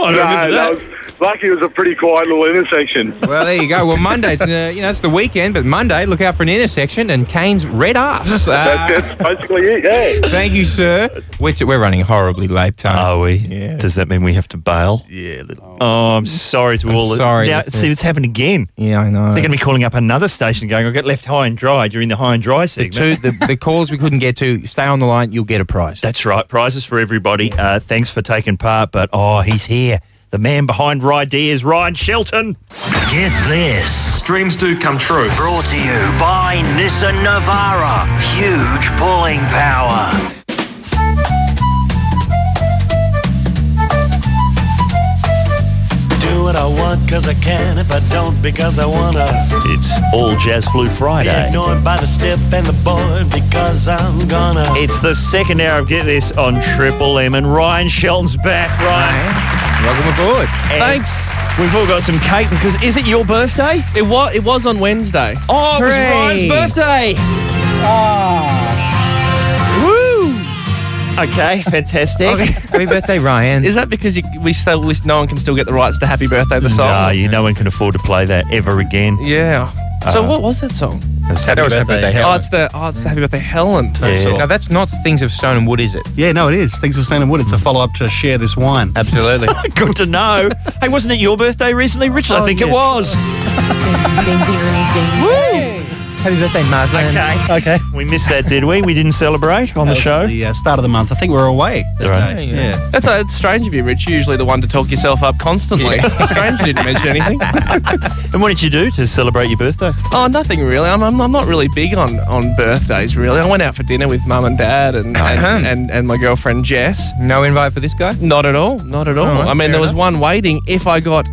A: on,
K: No, that was, lucky it was a pretty quiet little intersection.
C: Well, there you go. Well, Monday's uh, you know it's the weekend, but Monday, look out for an intersection and Kane's red ass. Uh,
K: That's basically it, yeah.
C: thank you, sir. Which we're running horribly late time.
A: Are we?
C: Yeah.
A: Does that mean we have to bail? Yeah. Oh, I'm sorry to all.
C: sorry,
A: Now,
C: that's
A: see,
C: it.
A: it's happened again.
C: Yeah, I know.
A: They're going to be calling up another station, going, "I've got left high and dry during the high and dry
C: The,
A: segment.
C: two, the, the calls we couldn't get to, stay on the line, you'll get a prize.
A: That's right. Prizes for everybody. Uh, thanks for taking part. But oh, he's here. The man behind Rydea is Ryan Shelton. Get this.
M: Dreams do come true.
N: Brought to you by Nissan Navara. Huge pulling power.
O: Do what I want cause I can if I don't because I wanna
A: It's All Jazz Flu
O: Be
A: Friday.
O: ignored by the stiff and the bored because I'm gonna
A: It's the second hour of Get This on Triple M, and Ryan Shelton's back. Ryan,
C: welcome aboard.
A: Thanks. We've all got some cake because is it your birthday?
P: It was. It was on Wednesday.
H: Oh, it was Ryan's birthday. Ah.
P: Woo!
A: Okay, fantastic.
C: Happy birthday, Ryan.
P: Is that because you, we still we, no one can still get the rights to Happy Birthday the song?
A: Nah, you, no one can afford to play that ever again.
P: Yeah. so
A: Uh,
P: what was that song?
A: That's Happy That was Happy Birthday, Birthday, Helen.
P: Oh, it's the oh, it's the Happy Birthday Helen.
C: Now, that's not Things of Stone and Wood, is it?
E: Yeah, no, it is. Things of Stone and Wood. It's a follow up to Share This Wine.
C: Absolutely.
A: Good to know. hey, wasn't it your birthday recently, Richard?
C: Oh,
A: I think it
E: Oh,
A: was.
P: Oh,
C: Happy birthday, Marsland.
A: Okay. Okay. We missed that, did we? We didn't celebrate on the show.
E: The uh, start of the month. I think we were away that
A: Right.
E: day.
A: Yeah,
E: Yeah.
P: That's uh, it's strange of you, Rich. You're usually the one to talk yourself up constantly. It's strange you didn't mention anything.
A: And what did you do to celebrate your birthday?
P: Oh, nothing really. I'm, I'm, I'm not really big on, on birthdays, really. I went out for dinner with mum and dad and, and, and, and my girlfriend Jess.
C: Hmm. No invite for this guy?
P: Not at all. Not at all.
C: All right,
P: I mean,
C: fair
P: there was one waiting if I got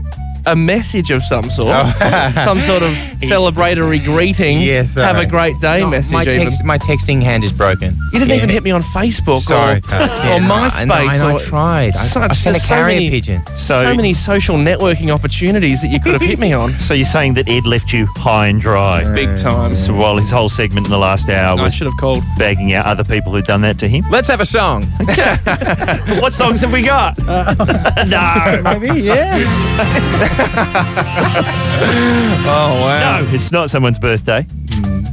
P: a message of some sort,
C: Oh.
P: some sort of celebratory greeting.
C: Yes.
P: Have a
C: sorry.
P: great day
C: No,
P: message.
C: My,
P: even.
C: text, my texting hand is broken.
P: You didn't
C: Yeah.
P: even hit me on Facebook
C: Sorry,
P: or,
C: Coach. Yeah,
P: or
C: no, I-
P: MySpace.
C: no, and I
P: or-
C: tried. I-
P: So-
C: I sent a
P: there's so
C: carrier
P: many-
C: pigeon.
P: So,
A: So-
P: many social networking opportunities that you could have hit me on.
A: So you're saying that Ed left you high and dry,
P: Big time.
A: So while his whole segment in the last hour
P: I
A: was
P: should have called
A: bagging out other people who'd done that to him.
C: Let's have a song.
A: what songs have we got? no,
E: maybe yeah.
P: Oh wow! Hmm.
A: No, it's not someone's birthday.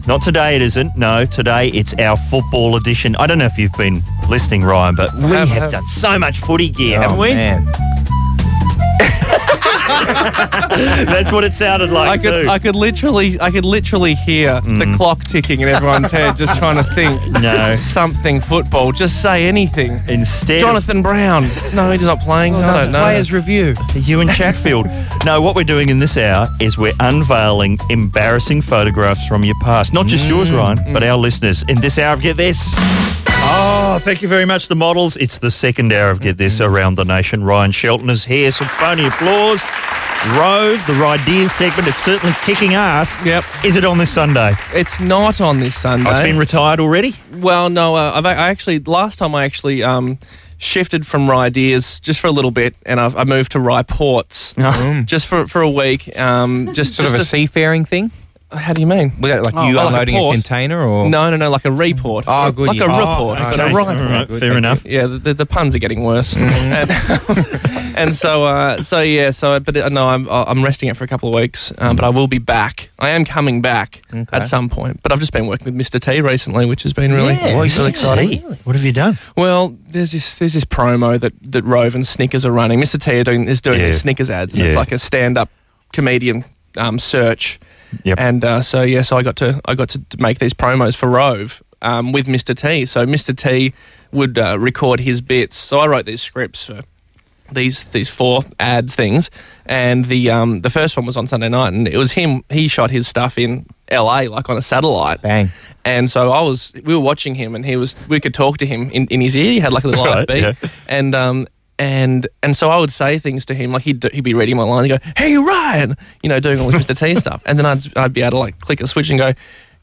A: Not today, it isn't. No, today it's our football edition. I don't know if you've been listening, Ryan, but we have,
P: Have- have-
A: done so much footy gear,
P: Oh,
A: haven't we?
C: man.
A: That's what it sounded like.
P: I could,
A: too.
P: I could literally, I could literally hear the clock ticking in everyone's head, just trying to think.
A: Mm. No.
P: something football. Just say anything.
A: Instead, of-
P: Jonathan Brown. No, he's not playing. I don't know.
C: Players review.
A: You and Chatfield. no, what we're doing in this hour is we're unveiling embarrassing photographs from your past. Not just yours, Ryan, but our listeners. In this hour of Get This. Mm. Oh, thank you very much, the models. It's the second hour of Get This around the nation. Ryan Shelton is here. Some phony applause. Rove, the Ideas segment, it's certainly kicking ass.
P: Yep.
A: Is it on this Sunday?
P: It's not on this Sunday.
A: Oh, it's been retired already?
P: Well, no, uh, I've, I actually last time I actually um, shifted from Rye Deers just for a little bit, and I've, I moved to Rye Ports
A: Oh.
P: just for, for a week. Um, just
C: Sort
P: just
C: of a seafaring thing?
P: How do you mean?
C: Was that like
P: Oh,
C: you
P: well, like a
C: unloading a,
P: port.
C: container or?
P: No, no, no, like a report.
C: Oh, good.
P: Like
C: you-
P: a
C: oh,
P: report, but a
C: okay.
P: right
C: All
A: right,
C: good, thank you.
A: fair enough.
P: Yeah, the, the, the puns are getting worse. and, and so, uh, so yeah, so but uh, no, I'm I'm resting it for a couple of weeks, um, but I will be back. I am coming back at some point, but I've just been working with Mr T recently, which has been really
A: Yeah,
P: really
A: Mr. T.
P: exciting.
A: What have you done?
P: Well, there's this there's this promo that that Rove and Snickers are running. Mr T are doing, is doing
A: Yeah.
P: these Snickers ads, and it's
A: Yeah.
P: like a stand up comedian um, search.
A: Yep.
P: And uh, so yeah, so I got to I got to d- make these promos for Rove um, with Mr T. So Mr T would uh, record his bits. So I wrote these scripts for these these four ad things, and the um, the first one was on Sunday night, and it was him. He shot his stuff in L.A. like on a satellite.
C: Bang.
P: And so I was, we were watching him, and he was, we could talk to him in, in his ear. He had like a little
A: Right,
P: IFB,
A: yeah.
P: and um, and and so I would say things to him, like he'd do- he'd be reading my line, and go, "Hey Ryan," you know, doing all this Mr T stuff, and then I'd I'd be able to like click a switch and go,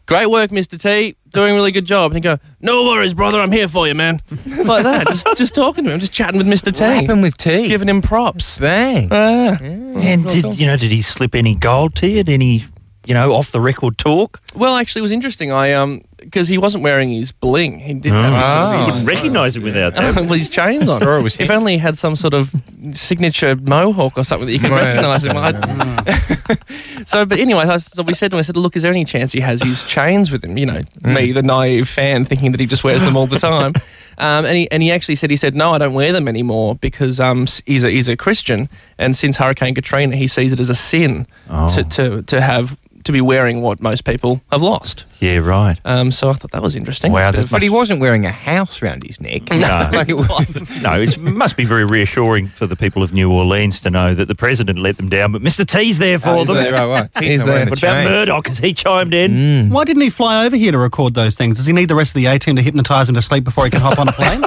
P: "Great work, Mr T, doing a really good job," and he'd go, "No worries, brother, I'm here for you, man," like that, just just talking to him, just chatting with Mr T,
C: happened with T?
P: giving him props.
C: Bang.
P: Ah.
A: And did you know? Did he slip any gold to you? Did any, you know, off the record talk?
P: Well, actually, it was interesting. I um, because he wasn't wearing his bling, he didn't.
A: No.
P: have his-
A: You
P: his-
A: wouldn't recognise it without that.
P: with his chains on.
C: Sure it was
P: if
C: him.
P: only he had some sort of signature mohawk or something that you could
C: Right.
P: recognise him. I- so, but anyway, I- so we said to him, I said, look, is there any chance he has his chains with him? You know, me, the naive fan, thinking that he just wears them all the time. Um, and, he, and he actually said, he said, no, I don't wear them anymore because um, s- he's, a, he's a Christian. And since Hurricane Katrina, he sees it as a sin to, to, to have to be wearing what most people have lost.
A: Yeah, right.
P: Um, so I thought that was interesting.
A: Wow, that
P: Bit of-
A: must- But he
C: wasn't wearing a house round his neck.
A: No,
C: Like it
A: was. no, it must be very reassuring for the people of New Orleans to know that the president let them down, but Mr. T's there for
C: Oh, he's
A: them.
C: there, right, right. T's
A: He's
C: not wearing
A: there.
C: the
A: What about
C: chains.
A: Murdoch? Has he chimed in?
E: Why didn't he fly over here to record those things? Does he need the rest of the A team to hypnotise him to sleep before he can hop on a plane?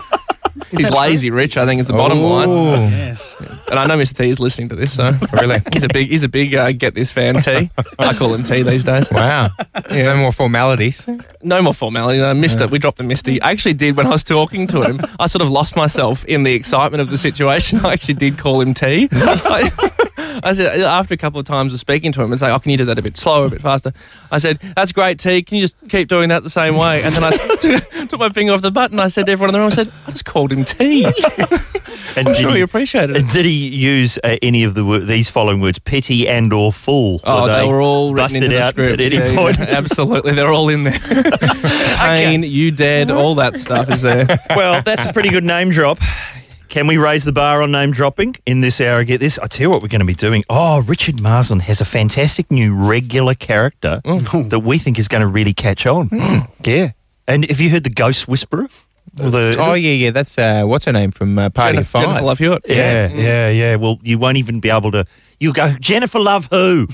P: He's lazy, Rich. I think is the bottom line. Yes. And I know Mr. T is listening to this, so really, he's a big, he's a big uh, get this fan T. I call him T these days.
C: Wow. No more formalities.
P: No more formality. No, Mister, we dropped the Misty. I actually did when I was talking to him. I sort of lost myself in the excitement of the situation. I actually did call him T. I, I said after a couple of times of speaking to him, it's like, "Oh, can you do that a bit slower, a bit faster?" I said, "That's great, T. Can you just keep doing that the same way?" And then I s- took my finger off the button. I said to everyone in the room, "I said I just called him T."
A: And
P: I'm
A: did
P: sure
A: he-
P: he appreciated it.
A: And did he use uh, any of the wo- these following words, pity and or fool?
P: Oh, they, were all written
A: busted
P: into the
A: out
P: script.
A: at any
P: Yeah,
A: point?
P: yeah, absolutely, they're all in there. Pain, you dead, all that stuff is there.
A: well, that's a pretty good name drop. Can we raise the bar on name dropping in this hour? Get this. I tell you what, we're going to be doing. Oh, Richard Marsland has a fantastic new regular character
P: Mm.
A: that we think is going to really catch on. Yeah. And have you heard the Ghost Whisperer? Or the,
C: Oh yeah, yeah. That's uh, what's her name from uh, Party
A: Jennifer-
C: Five.
A: Jennifer Love
P: Hewitt.
A: Yeah, Mm. yeah, yeah. Well, you won't even be able to. You'll go, Jennifer Love who?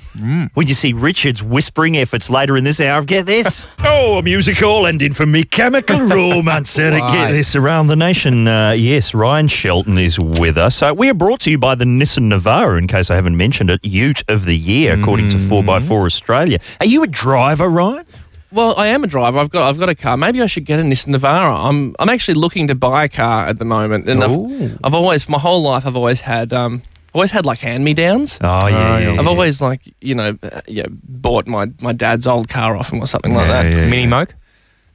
A: When you see Richard's whispering efforts later in this hour of Get This. oh, a musical and in for me, Chemical Romance. and it Get
C: Right.
A: This around the nation. Uh, yes, Ryan Shelton is with us. Uh, we are brought to you by the Nissan Navara, in case I haven't mentioned it, Ute of the Year, according to 4x4 Australia. Are you a driver, Ryan?
P: Well, I am a driver. I've got I've got a car. Maybe I should get a Nissan Navara. I'm I'm actually looking to buy a car at the moment, and I've, I've always my whole life I've always had um always had like hand me downs.
A: Oh, yeah, yeah,
P: I've
A: yeah.
P: always like you know uh, yeah bought my my dad's old car off him or something like that.
C: Mini Moke.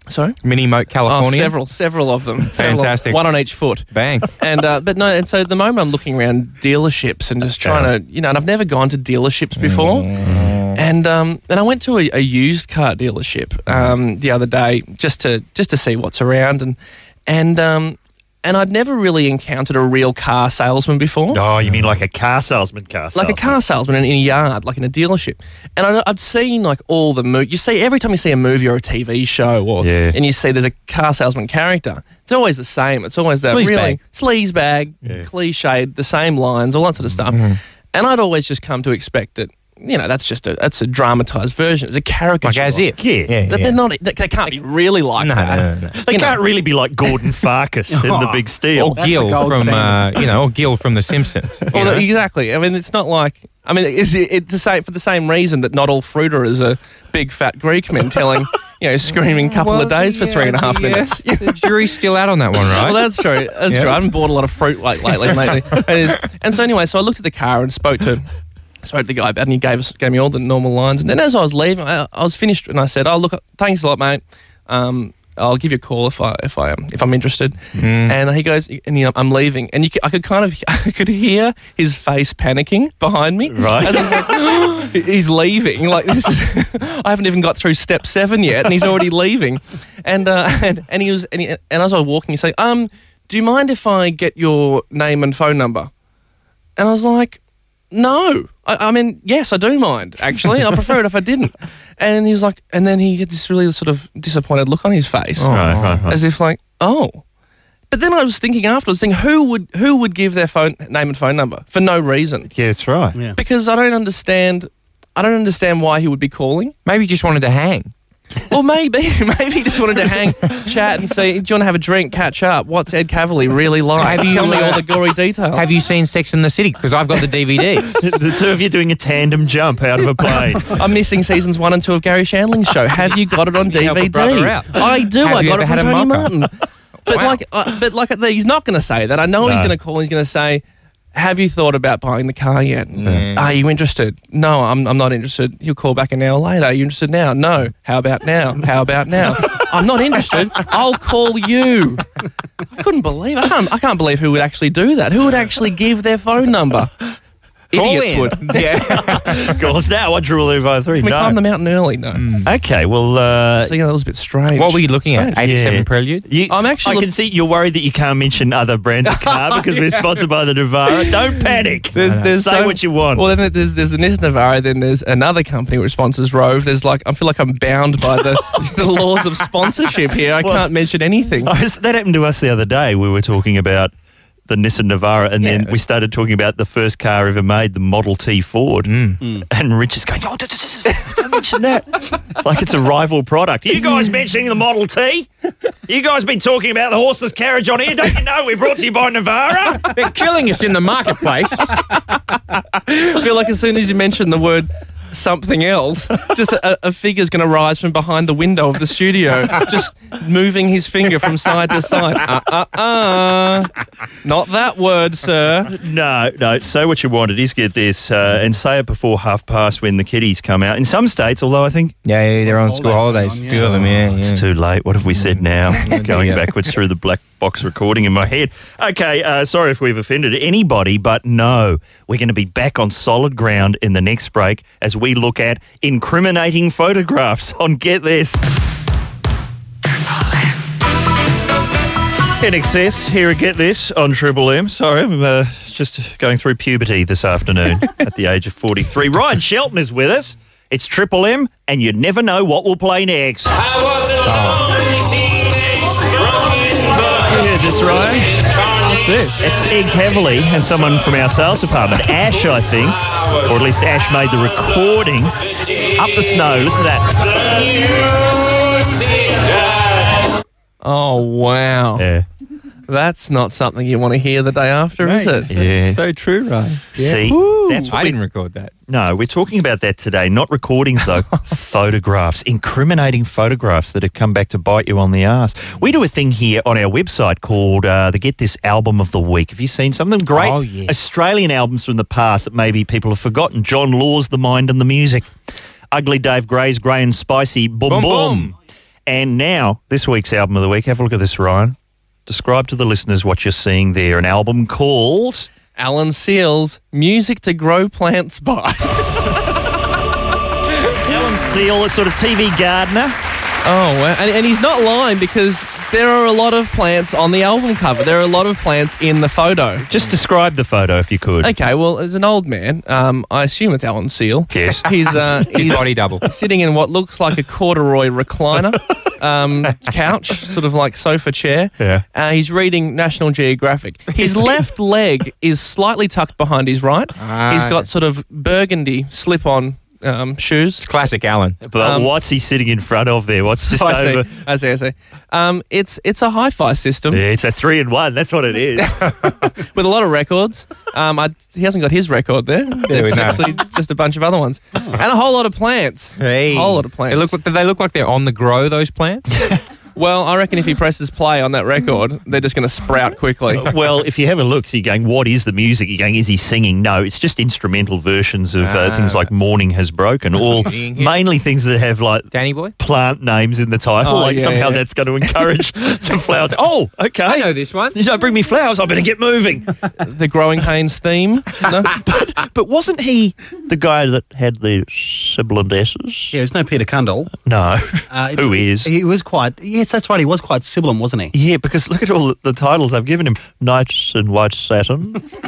P: Sorry,
C: Mini Moke,
P: Oh,
C: California.
P: several, several of them. Several of them.
C: Fantastic.
P: One on each foot.
C: Bang.
P: And uh, but no, and so at the moment I'm looking around dealerships and just trying to, you know, and I've never gone to dealerships before.
A: Mm.
P: And um, and I went to a, a used car dealership um, the other day just to just to see what's around and and um, and I'd never really encountered a real car salesman before
A: Oh, you mean like a car salesman car salesman?
P: like a car salesman in, in a yard, like in a dealership. And I, I'd seen like all the mo You see, every time you see a movie or a TV show, or
A: Yeah.
P: and you see there's a car salesman character, it's always the same. It's always that
C: Sleaze
P: really
C: bag.
P: sleaze bag, cliched, the same lines, all that sort of stuff. And I'd always just come to expect that. You know, that's just a that's a dramatized version. It's a caricature.
C: Like as if.
A: Yeah.
C: Yeah.
P: That
C: yeah.
P: They're not. They, they can't be really like
C: No,
P: that.
C: no, no, no.
A: They
P: You know. Oh,
A: can't really be like Gordon Farkas in The Big Steel.
C: Or Gil from uh, you know, or Gil from The Simpsons. you
P: Well,
C: know?
P: exactly. I mean, it's not like. I mean, it's, it's the same for the same reason that not all fruiter is a big fat Greek man telling, you know, screaming couple of days for three and a half minutes.
C: the jury's still out on that one, right?
P: Well, that's true. That's
C: Yeah.
P: true. I haven't bought a lot of fruit like lately, lately. It is. And so anyway, so I looked at the car and spoke to spoke to the guy, and he gave us gave me all the normal lines. And then as I was leaving, I, I was finished, and I said, "Oh, look, thanks a lot, mate. Um, I'll give you a call if I if I am if I'm interested." And he goes, "And you know, I'm leaving." And you, c- I could kind of I could hear his face panicking behind me.
A: Right.
P: As he's like, he's leaving. Like this is, I haven't even got through step seven yet, and he's already leaving. And uh, and, and he was and, he, and as I was walking, he's like, "Um, do you mind if I get your name and phone number?" And I was like, no. I, I mean, yes, I do mind, actually. I prefer it if I didn't. And he was like, and then he had this really sort of disappointed look on his face,
A: Oh. Right, right, right.
P: as if like, oh. But then I was thinking afterwards, thinking who would who would give their phone name and phone number for no reason?
A: Yeah, that's right.
P: Because I don't understand. I don't understand why he would be calling.
C: Maybe you just wanted to hang.
P: Or maybe, maybe he just wanted to hang, chat, and say, "Do you want to have a drink, catch up? What's Ed Cavalier really like?
C: Have you,
P: Tell me
C: uh,
P: all the gory details."
C: Have you seen Sex in the City? Because I've got the DVDs.
A: the two of you doing a tandem jump out of a plane.
P: I'm missing seasons one and two of Gary Shandling's show. Have you got it on
C: help a
P: DVD?
C: brother out.
P: I do.
C: Have
P: I
C: you
P: got
C: ever had
P: it from
C: a
P: Tony
C: mocha?
P: Martin. But
C: Wow.
P: like, uh, but like, he's not going to say that. I know he's
A: No.
P: going to call. He's going to say, "Have you thought about buying the car yet? Are you interested? No, I'm, I'm not interested. He'll call back an hour later. Are you interested now? No. How about now? How about now? I'm not interested. I'll call you. I couldn't believe. I can't. I can't believe who would actually do that. Who would actually give their phone number?
A: Call
P: Idiots
A: in.
P: would.
A: Yeah. Call us now, one triple two five three.
P: Can we
A: no.
P: climb the mountain early? No.
A: Okay, well, uh,
P: so yeah, that was a bit strange.
A: What were you looking at? 87
P: Yeah.
A: Prelude?
P: I'm actually.
A: I
P: look-
A: can see you're worried that you can't mention other brands of car because we're
P: Yeah.
A: sponsored by the Navara. Don't panic.
P: There's, there's
A: Say
P: so-
A: what you want.
P: Well, then there's there's the Nis Navarro. Then there's another company which sponsors Rove. There's like I feel like I'm bound by the, the laws of sponsorship here. I
A: Well-
P: can't mention anything.
A: I was- that happened to us the other day. We were talking about the Nissan Navara, and then we started talking about the first car ever made, the Model T Ford. And Rich is going, "Oh, don't- don't don't- don't mention that!" like it's a rival product. You guys mentioning the Model T? You guys been talking about the horseless carriage on here? Don't you know we're brought to you by Navara?
C: They're killing us in the marketplace.
P: I feel like as soon as you mention the word something else, just a, a figure's going to rise from behind the window of the studio, just moving his finger from side to side. Uh, uh, uh. Not that word, sir.
A: No, no. Say what you want. It is get this, uh, and say it before half past when the kiddies come out. In some states, although I think
C: yeah, yeah, they're on school holidays. Few of them, yeah. yeah.
A: It's too late. What have we said now? Going backwards through the black box recording in my head. Okay, uh, sorry if we've offended anybody, but no, we're going to be back on solid ground in the next break as we look at incriminating photographs on Get This. In excess, here at Get This on Triple M. Sorry, I'm uh, just going through puberty this afternoon at the age of 43. Ryan Shelton is with us. It's Triple M, and you never know what we'll play next. Oh. Yeah, this right. That's it. It's Ed Cavalier and someone from our sales department, Ash, I think, or at least Ash made the recording. Up the snow. Listen to that.
P: Oh wow.
A: Yeah.
P: That's not something you want to hear the day after, is it?
A: Yeah.
C: uh, So true, right?
A: See, that's what
C: I
A: we-
C: didn't record that.
A: No, we're talking about that today. Not recordings, though. photographs, incriminating photographs that have come back to bite you on the ass. We do a thing here on our website called uh, the Get This Album of the Week. Have you seen some of them? Great
C: Oh, yes.
A: Australian albums from the past that maybe people have forgotten. John Law's The Mind and the Music, Ugly Dave Gray's Grey and Spicy, Boom Boom.
C: Boom,
A: And now, this week's album of the week. Have a look at this, Ryan. Describe to the listeners what you're seeing there. An album called.
P: Alan Seals, Music to Grow Plants By.
A: Alan Seal, a sort of TV gardener.
P: Oh, wow. and, and he's not lying because there are a lot of plants on the album cover. There are a lot of plants in the photo.
A: Just describe the photo if you could.
P: Okay, well, as an old man, um, I assume it's Alan Seal.
A: Yes.
P: He's, uh,
C: His body double.
P: Sitting in what looks like a corduroy recliner um, couch, sort of like sofa chair.
A: Yeah.
P: Uh, he's reading National Geographic. His left leg is slightly tucked behind his right.
C: Ah.
P: He's got sort of burgundy slip on um, shoes.
C: Classic Alan.
A: But
P: Um, Oh,
A: what's he sitting in front of there? What's just
P: I see.
A: over?
P: I see. I see. Um, it's it's a hi-fi system
A: Yeah, it's a three and one. That's what it is.
P: with a lot of records. Um, I, he hasn't got his record there.
C: There we
P: it's
C: go. Oh.
P: actually just a bunch of other ones and a whole lot of plants.
C: Hey.
P: A whole lot of
C: They
P: plants.
C: look, do they look like they're on the grow, those plants?
P: well, I reckon if he presses play on that record, they're just going to sprout quickly.
A: well, if you have a look, you're going, what is the music? You're going, is he singing? No, it's just instrumental versions of uh, things
C: Ah.
A: like Morning Has Broken, all mainly things that have like
C: Danny boy?
A: plant names in the title.
P: Oh,
A: like
P: yeah,
A: somehow
P: yeah.
A: that's going to encourage the flowers. Oh, okay.
C: I know this one.
A: You don't bring me flowers, I better get moving.
P: the growing pains theme. No?
A: but wasn't he the guy that had the sibilant S's?
E: Yeah, it's no Peter Cundall.
A: No.
E: Uh,
A: Who
E: he-
A: is?
E: He was quite. Yes, that's right. He was quite sibilant, wasn't he?
A: Yeah, because look at all the titles I've given him: Knights and White Satin,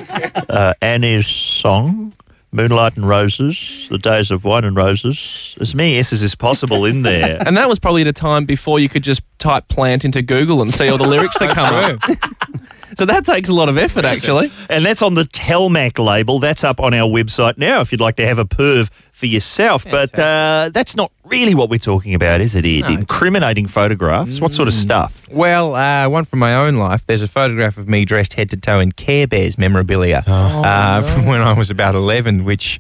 A: uh, Annie's Song, Moonlight and Roses, The Days of Wine and Roses. As many S's as possible in there.
P: And that was probably at a time before you could just type plant into Google and see all the lyrics that come up. So that takes a lot of effort, actually.
A: And that's on the Telmac label. That's up on our website now if you'd like to have a perv for yourself. But uh, that's not really what we're talking about, is it, Ed? Incriminating photographs. What
P: Mm.
A: sort of stuff?
C: Well, uh, one from my own life. There's a photograph of me dressed head to toe in Care Bears memorabilia
P: Oh,
C: uh, from when I was about 11, which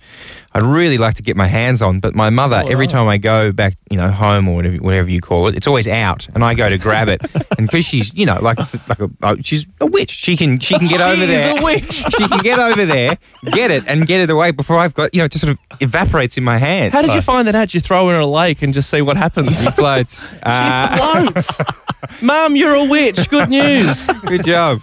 C: I'd really like to get my hands on. But my mother, every time I go back, you know, home or whatever, whatever you call it, it's always out, and I go to grab it, and because she's, you know, like it's like a, uh, she's a witch. She can she can get over
P: She's
C: there.
P: a witch.
C: she can get over there, get it, and get it away before I've got, you know, it just sort of evaporates in my hands.
P: How did you find that out? You throw her in a lake and just see what happens.
C: She floats. Uh,
P: Floats. Mum, you're a witch. Good news.
C: Good job.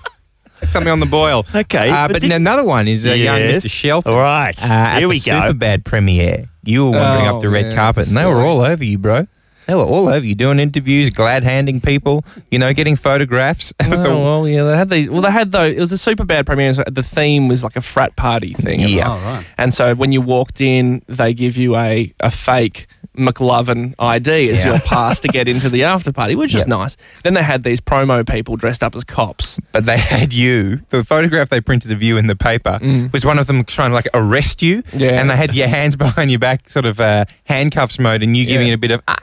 C: That's something on the boil.
A: Okay.
C: Uh, but
A: did-
C: another one is uh, young
A: Yes.
C: Mr. Shelton.
A: All right.
C: Uh, at
A: Here
C: the
A: we go.
C: Superbad premiere. You were wandering
A: Oh,
C: up the red
A: yeah,
C: carpet, and they were
A: sorry.
C: all over you, bro. They were all over you, doing interviews, glad handing people, you know, getting photographs.
P: Oh well, yeah, they had these. Well, they had though. It was a super bad premiere. so The theme was like a frat party thing.
C: Yeah.
P: and, and so when you walked in, they give you a a fake McLovin ID as
C: Yeah.
P: your pass to get into the after party, which is
C: Yeah.
P: nice. Then they had these promo people dressed up as cops.
C: but they had you. The photograph they printed of you in the paper
A: Mm.
C: was one of them trying to like arrest you,
P: Yeah.
C: and they had your hands behind your back, sort of uh, handcuffs mode, and you giving it a bit of ah.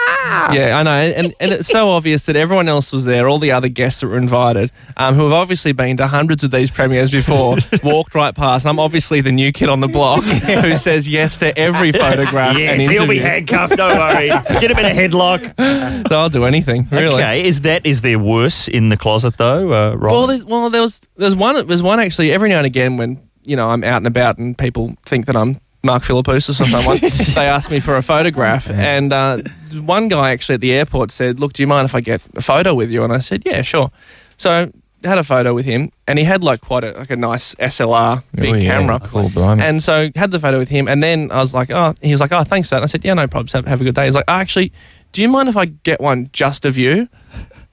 P: Yeah, I know, and and it's so obvious that everyone else was there, all the other guests that were invited, um, who have obviously been to hundreds of these premieres before, walked right past. And I'm obviously the new kid on the block who says yes to every photograph.
A: Yes,
P: and
A: he'll be
P: interview.
A: handcuffed. Don't worry. Get him in a headlock.
P: So I'll do anything. Really.
A: Okay. Is that is there worse in the closet though, uh, Rob?
P: Well, there's well, there was there's one there's one actually every now and again when you know I'm out and about and people think that I'm Mark Philippoussis or someone, they ask me for a photograph, and uh, one guy actually at the airport said, "Look, do you mind if I get a photo with you?" And I said, "Yeah, sure." So I had a photo with him, and he had like quite a like a nice SLR big
C: Oh, yeah.
P: camera.
C: Cool, blimey.
P: And so had the photo with him, and then I was like, oh, he was like, oh, thanks for that. And I said, yeah, no problems. Have, have a good day. He's like, actually, do you mind if I get one just of you?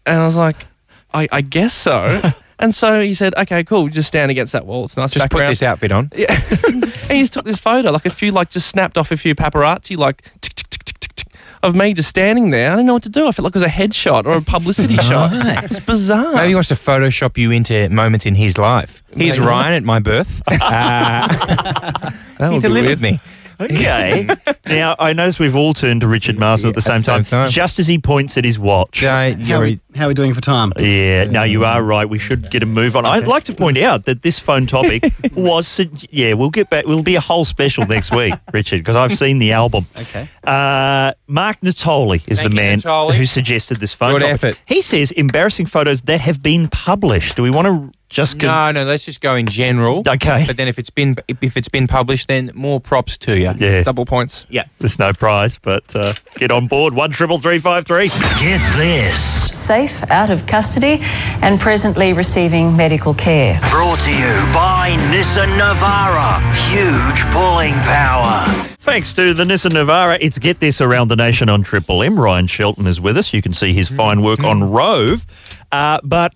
P: And I was like, I, I guess so. and so he said, okay, cool. Just stand against that wall. It's a nice.
C: Just put
P: background.
C: this outfit on.
P: Yeah. and he just took this photo, like a few, like just snapped off a few paparazzi, like tick, tick, tick, tick, tick, tick, of me just standing there. I didn't know what to do. I felt like it was a headshot or a publicity shot. It's bizarre.
C: Maybe he wants to Photoshop you into moments in his life. Here's
P: Maybe.
C: Ryan at my birth. Uh,
P: That
C: he
P: would be
C: delivered
P: weird.
C: me.
A: Okay. now I notice we've all turned to Richard Marsden at the same, time, just as he points at his watch.
E: How are, we, how are we doing for time?
A: Yeah, no, you are right. We should get a move on. I'd like to point out that this phone topic was, su- yeah, we'll get back. We'll be a whole special next week, Richard, because I've seen the album. Okay. Uh, Mark Natoli is the man
C: Natoli.
A: who suggested this phone
C: Good
A: topic.
C: effort.
A: He says embarrassing photos that have been published. Do we want to just con-
C: No, no. Let's just go in general.
A: Okay.
C: But then if it's been if it's been published, then more props to you.
A: Yeah.
C: Double points.
A: Yeah. There's no prize, but uh, get on board. One triple three five three. Get this.
M: Safe, out of custody, and presently receiving medical care.
N: Brought to you by Nissan Navara. Huge pulling power.
A: Thanks to the Nissan Navara, it's Get This Around the Nation on Triple M. Ryan Shelton is with us. You can see his fine work on Rove. Uh, but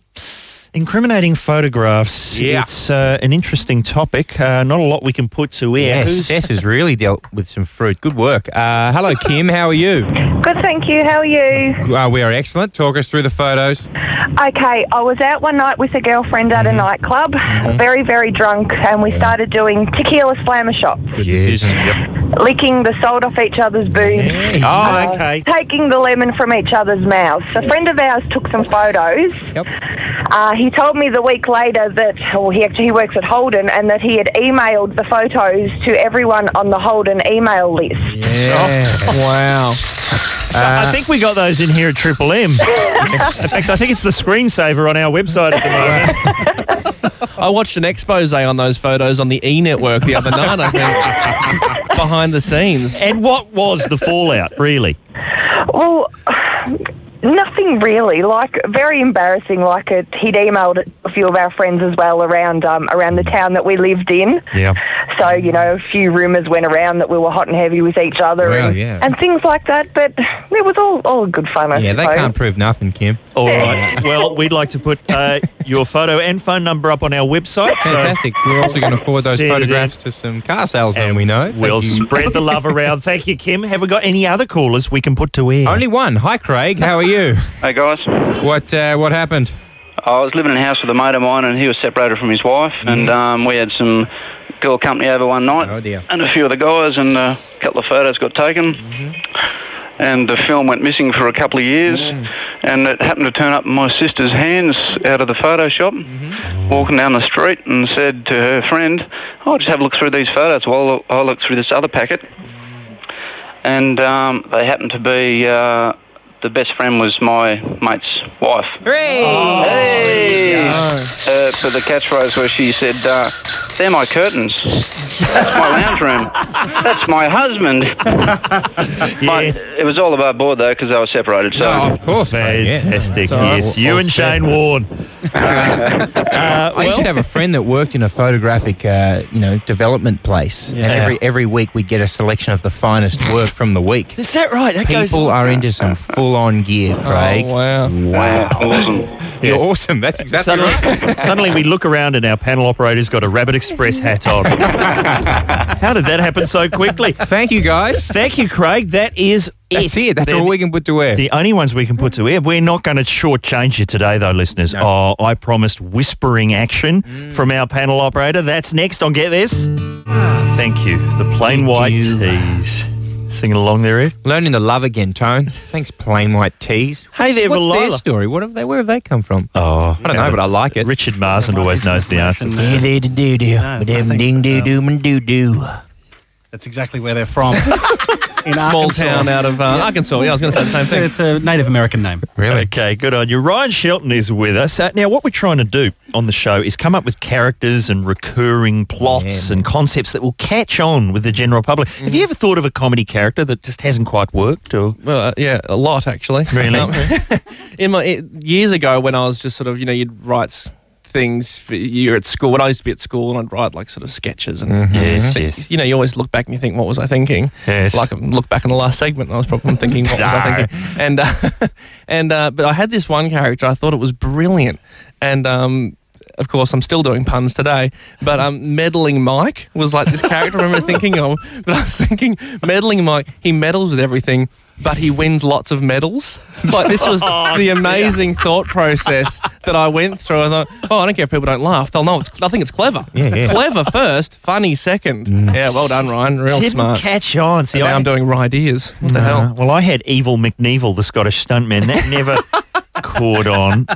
A: incriminating photographs,
C: Yeah.
A: it's uh, an interesting topic. Uh, not a lot we can put to air.
C: Yes,
A: Who's-
C: Sess has really dealt with some fruit. Good work. Uh, hello, Kim. How are you?
Q: Good, thank you. How are you?
C: Uh, we are excellent. Talk us through the photos.
Q: Okay, I was out one night with a girlfriend at a
A: Mm-hmm.
Q: nightclub, very, very drunk, and we started doing tequila slammer shots,
C: Good decision.
Q: licking the salt off each other's boobs. uh,
A: Oh, okay.
Q: Taking the lemon from each other's mouths. A friend of ours took some photos.
C: Yep.
Q: Uh, he told me the week later that, well, he actually he works at Holden, and that he had emailed the photos to everyone on the Holden email list.
C: Yeah. wow.
A: I think we got those in here at Triple M. in fact, I think it's the screensaver on our website at the moment.
P: I watched an expose on those photos on the E Network the other night. I think behind the scenes.
A: And what was the fallout, really?
Q: Well, nothing really. Like very embarrassing. Like it, he'd emailed a few of our friends as well around um, around the town that we lived in.
A: Yeah.
Q: So you know, a few rumours went around that we were hot and heavy with each other
C: Well,
Q: and,
C: yeah.
Q: and things like that. But it was all all good fun. I
C: Yeah, they
Q: suppose.
C: can't prove nothing, Kim.
A: All right. Well, we'd like to put uh, your photo and phone number up on our website. so-
C: Fantastic. We're also going to forward those
A: Send it in.
C: photographs to some car salesmen we know. Thank
A: We'll
C: you.
A: spread the love around. Thank you, Kim. Have we got any other callers we can put to air?
C: Only one. Hi, Craig. How are you?
D: Hey guys,
C: What uh, What happened?
D: I was living in a house with a mate of mine, and he was separated from his wife, and um, we had some girl company over one night,
C: Mm-hmm. Oh dear.
D: and a few of the guys, and uh, a couple of photos got taken,
C: Mm-hmm.
D: and the film went missing for a couple of years,
C: Mm.
D: and it happened to turn up in my sister's hands out of the photo shop,
C: Mm-hmm.
D: walking down the street, and said to her friend, "I'll just have a look through these photos while I look through this other packet." and um, they happened to be uh, the best friend was my mate's wife.
H: Hooray!
C: Oh,
D: Hey! Uh, so the catchphrase where she said, uh, "They're my curtains. That's my lounge room. That's my husband." But it was all above board though because they were separated. So
C: Oh, of course,
A: fantastic. Yes, you and Shane Warne.
R: Uh,
C: I used to have a friend that worked in a photographic, uh, you know, development place,
A: Yeah.
C: and every every week we'd get a selection of the finest work from the week.
R: Is that right? That
C: People
R: goes. Oh,
C: are into some full-on gear, Craig.
P: wow!
C: Wow! You're
A: Yeah.
C: awesome. That's exactly
A: Suddenly,
C: right.
A: suddenly we look around and our panel operator's got a Rabbit Express hat on. How did that happen so quickly?
C: Thank you, guys.
A: Thank you, Craig. That is
C: That's it. That's
A: They're
C: all
A: the-
C: we can put to air.
A: The only ones we can put to air. We're not going to shortchange you today, though, listeners. Oh, I promised whispering action
C: Mm.
A: from our panel operator. That's next on Get This. Ah, thank you. The plain white teas. Singing along there, Ed.
C: Learning to love again, Tone. Thanks, plain white teas.
A: Hey there,
C: What's their
A: Valila.
C: story? What have they? Where have they come from?
A: Oh,
C: I don't know, but I like it.
A: Richard Marsden always knows the answer.
I: Yeah, there to do do. With them ding doo doo and doo doo.
E: That's exactly where they're from. in
P: Small
E: Arkansas.
P: town out of uh, Arkansas. Yeah, I was going to say the same
E: It's a-
P: thing.
E: It's a Native American name.
C: Really?
A: Okay, good on you. Ryan Shelton is with us. Uh, now, what we're trying to do on the show is come up with characters and recurring plots and concepts that will catch on with the general public. Have you ever thought of a comedy character that just hasn't quite worked? Or
P: Well, uh, yeah, a lot actually. Um,
A: Really?
P: in my it, years ago, when I was just sort of, you know, you'd write s- things. For, you're at school. When I used to be at school, and I'd write like sort of sketches and.
A: Mm-hmm. yes,
P: but,
A: yes.
P: You know, you always look back and you think, "What was I thinking?"
A: Yes.
P: Like I look back in the last segment, and I was probably thinking, "What was I thinking?" And uh, and uh, but I had this one character. I thought it was brilliant, and um, of course, I'm still doing puns today. But um, meddling Mike was like this character. I remember thinking of, but I was thinking meddling Mike. He meddles with everything. But he wins lots of medals. Like this was
A: Oh,
P: the amazing thought process that I went through. I thought, oh, I don't care if people don't laugh; they'll know it's. I think it's clever.
C: Yeah, yeah. Mm.
P: Clever first, funny second. Yeah, well done, Ryan. Real
A: Didn't
P: smart.
A: catch on. See,
P: and now
A: I,
P: I'm doing right ears. What the
A: Uh,
P: hell?
A: well, I had Evil McNevel, the Scottish stuntman. That never caught on.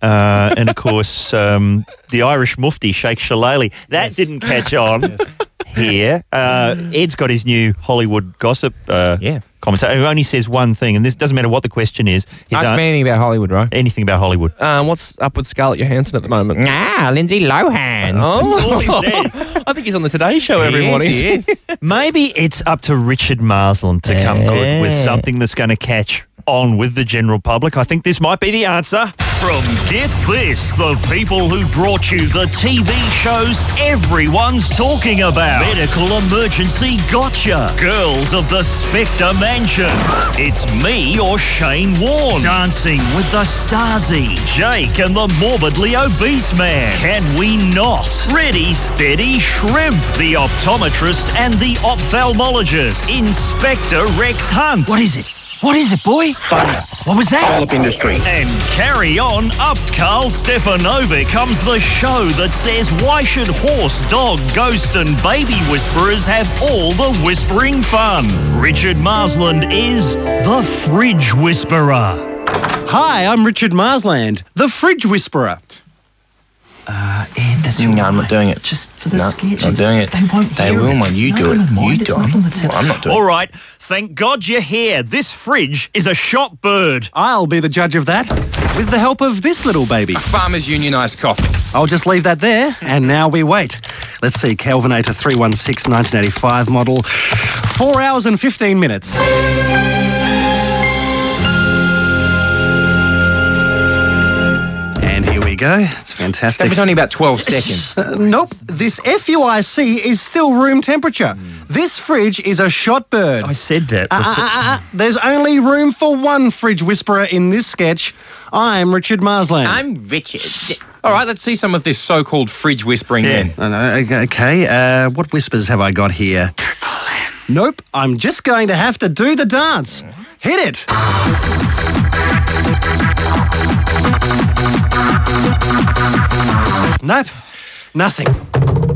A: Uh, and of course, um, the Irish Mufti, Sheikh Shillelagh. That didn't catch on here. Uh, Ed's got his new Hollywood gossip uh,
C: Yeah.
A: commentator who only says one thing, and this doesn't matter what the question is. His
C: Ask
A: aunt-
C: me anything about Hollywood, right?
A: anything about Hollywood.
P: Um, what's up with Scarlett Johansson at the moment?
C: Ah, Lindsay Lohan.
P: Oh,
A: That's all he says.
P: I think he's on the Today Show. Everyone
C: Yes, he is.
A: Maybe it's up to Richard Marsland to come good with
C: Yeah.
A: something that's going to catch on with the general public. I think this might be the answer. From Get This, the people who brought you the TV shows everyone's talking about. Medical Emergency Gotcha. Girls of the Spectre Mansion. It's me or Shane Warne. Dancing with the Stasi. Jake and the Morbidly Obese Man. Can we not? Ready, steady, shrimp. The optometrist and the ophthalmologist. Inspector Rex Hunt.
R: What is it? What is it, boy? What was that?
D: industry.
A: And carry on up Carl Stefanovic comes the show that says why should horse, dog, ghost and baby whisperers have all the whispering fun? Richard Marsland is the fridge whisperer.
E: Hi, I'm Richard Marsland, the Fridge Whisperer.
R: Ed, that's no, I'm not doing it. Just for the sketch. I'm not doing it. They won't. They will when you do it. You do it. I'm not
A: All right, thank God you're here. This fridge is a shot bird.
E: I'll be the judge of that with the help of this little baby.
C: Farmers Union iced coffee.
E: I'll just leave that there, and now we wait. Let's see, Calvinator 316 1985 model, 4 hours and 15 minutes. And here we go. It's
C: That
E: fantastic.
C: was only about 12 seconds.
E: Uh, nope, this FUIC is still room temperature. This fridge is a shot bird.
A: I said that.
E: Uh, uh, uh, uh, there's only room for one fridge whisperer in this sketch. I'm Richard Marsland.
C: I'm Richard. All right, let's see some of this so-called fridge whispering then.
E: No, no, okay, okay. Uh, what whispers have I got here? Nope, I'm just going to have to do the dance. Hit it! Nope, nothing.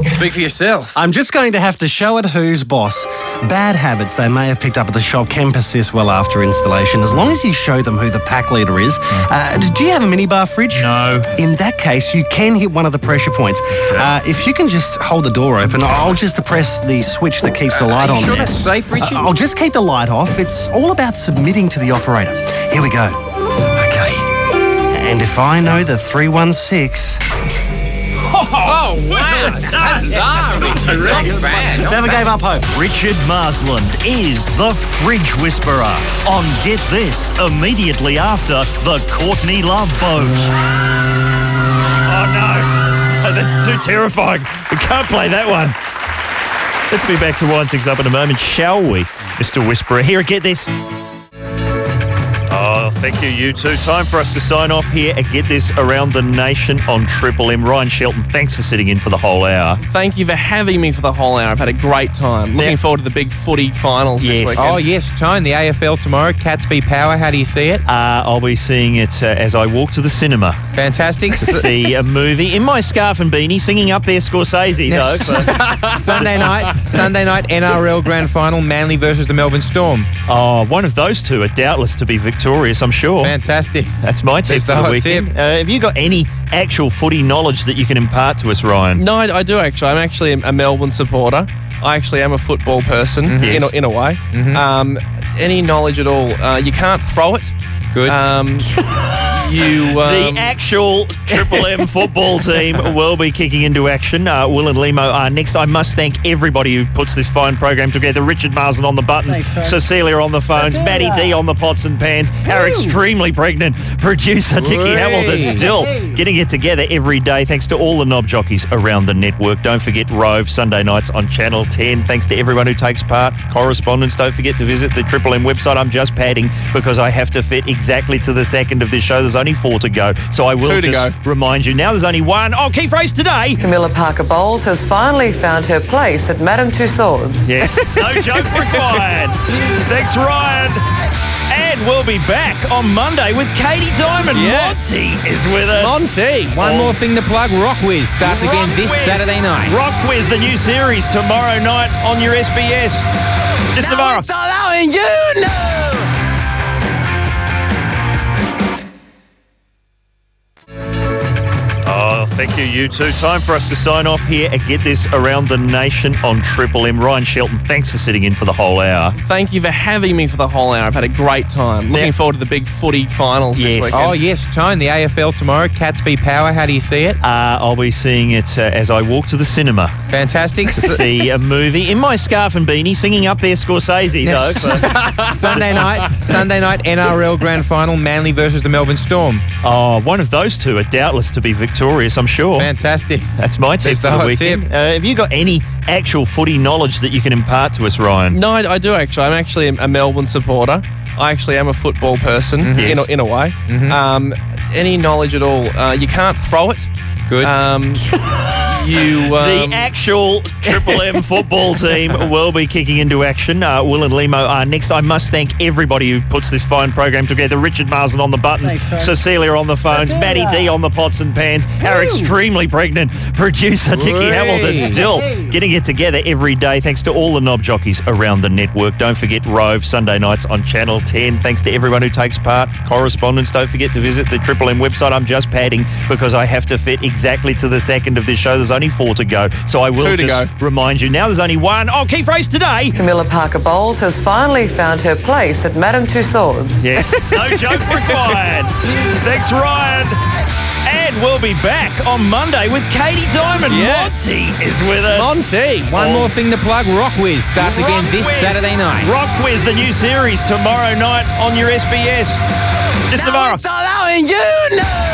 C: Speak for yourself.
E: I'm just going to have to show it who's boss. Bad habits they may have picked up at the shop can persist well after installation, as long as you show them who the pack leader is. Uh, d- do you have a minibar fridge?
A: No.
E: In that case, you can hit one of the pressure points. Uh, if you can just hold the door open, I'll just press the switch that keeps the light
C: Are you
E: on
C: sure
E: there.
C: that's safe, Richard?
E: Uh, I'll just keep the light off. It's all about submitting to the operator.
N: Here we go. Okay. And if I know the 316.
O: Oh, wow. That's bizarre, Richard.
N: Never gave up hope. Richard Marsland is the Fridge Whisperer on Get This immediately after the Courtney Love Boat.
A: Oh no, that's too terrifying. We can't play that one. Let's be back to wind things up in a moment, shall we, Mr. Whisperer? Here, get this. Oh, thank you, you two. Time for us to sign off here and get this around the nation on Triple M. Ryan Shelton, thanks for sitting in for the whole hour.
P: Thank you for having me for the whole hour. I've had a great time. Looking forward to the big footy finals this weekend.
C: Oh, yes, Tone, the AFL tomorrow, Cats v Power. How do you see it?
A: Uh, I'll be seeing it uh, as I walk to the cinema.
C: Fantastic.
A: To see a movie in my scarf and beanie, singing up there Scorsese, though.
C: Yes.
A: but-
C: Sunday night, Sunday night NRL Grand Final, Manly versus the Melbourne Storm.
A: Oh, one of those two are doubtless to be victorious, I'm sure.
C: Fantastic.
A: That's my tip
C: There's the
A: for the
C: hot
A: weekend. Uh, have you got any actual footy knowledge that you can impart to us, Ryan?
P: No, I, I do actually. I'm actually a Melbourne supporter. I actually am a football person
C: Mm-hmm.
P: in, a, in a way. Um, any knowledge at all? Uh, you can't throw it.
C: Good.
P: Um, you.
A: The
P: um,
A: actual Triple M football team will be kicking into action. Uh, Will and Limo are next. I must thank everybody who puts this fine program together. Richard Marsden on the buttons, Cecilia on the phones, Maddie D on the pots and pans, our extremely pregnant producer, Dickie
C: Whey.
A: Hamilton, still getting it together every day. Thanks to all the knob jockeys around the network. Don't forget Rove Sunday nights on Channel 10. Thanks to everyone who takes part. Correspondence, don't forget to visit the Triple M website. I'm just padding because I have to fit exactly to the second of this show. There's only four to go. So I will
P: Two to
A: just remind you now there's only one. Oh, Keith Race today.
F: Camilla Parker Bowles has finally found her place at Madame Tussauds.
A: Yes. No joke required. Thanks, Ryan. And we'll be back on Monday with Katie Diamond.
C: Yes.
A: Monty is with us.
P: Monty.
C: One more thing to plug Rockwiz starts again this
A: Rockwiz.
C: Saturday night.
A: Rockwiz, the new series tomorrow night on your SBS. It's Navarro. Oh, thank you, you two. Time for us to sign off here and get this around the nation on Triple M. Ryan Shelton, thanks for sitting in for the whole hour.
P: Thank you for having me for the whole hour. I've had a great time. Looking forward to the big footy finals
A: Yes.
P: this weekend.
C: Oh, yes, Tone, the AFL tomorrow, Cats v Power. How do you see it?
A: Uh, I'll be seeing it uh, as I walk to the cinema
C: Fantastic.
A: to see a movie in my scarf and beanie, singing up there Scorsese,
C: Yes.
A: though. but-
C: Sunday night, Sunday night NRL Grand Final, Manly versus the Melbourne Storm.
A: Oh, one of those two are doubtless to be victorious, I'm sure.
C: Fantastic.
A: That's my tip
C: There's
A: for
C: the
A: the,
C: hot
A: weekend.
C: tip.
A: Uh, have you got any actual footy knowledge that you can impart to us, Ryan?
P: No, I, I do actually. I'm actually a Melbourne supporter. I actually am a football person in,
A: Yes.
P: a, in a way. Um, any knowledge at all? Uh, you can't throw it.
C: Good.
P: Um, you. Um,
A: the actual Triple M football team will be kicking into action. Uh, Will and Limo are next. I must thank everybody who puts this fine program together. Richard Marsden on the buttons, Cecilia on the phones, Maddie D on the pots and pans, our extremely pregnant producer, Dickie
C: Whey.
A: Hamilton, still getting it together every day. Thanks to all the knob jockeys around the network. Don't forget Rove Sunday nights on Channel 10. Thanks to everyone who takes part. Correspondence, don't forget to visit the Triple M website. I'm just padding because I have to fit exactly to the second of this show. There's only four to go. So I will
P: Two to
A: just
P: go.
A: remind you now there's only one. Oh, Keith Race today.
F: Camilla Parker Bowles has finally found her place at Madame Tussauds.
A: Yes. No joke required. Thanks, Ryan. And we'll be back on Monday with Katie Diamond.
P: Yes.
A: Monty is with us.
P: Monty.
C: One more thing to plug Rockwiz starts again this
A: Rockwiz.
C: Saturday night.
A: Rockwiz, the new series tomorrow night on your SBS. Just tomorrow.
P: allowing you know.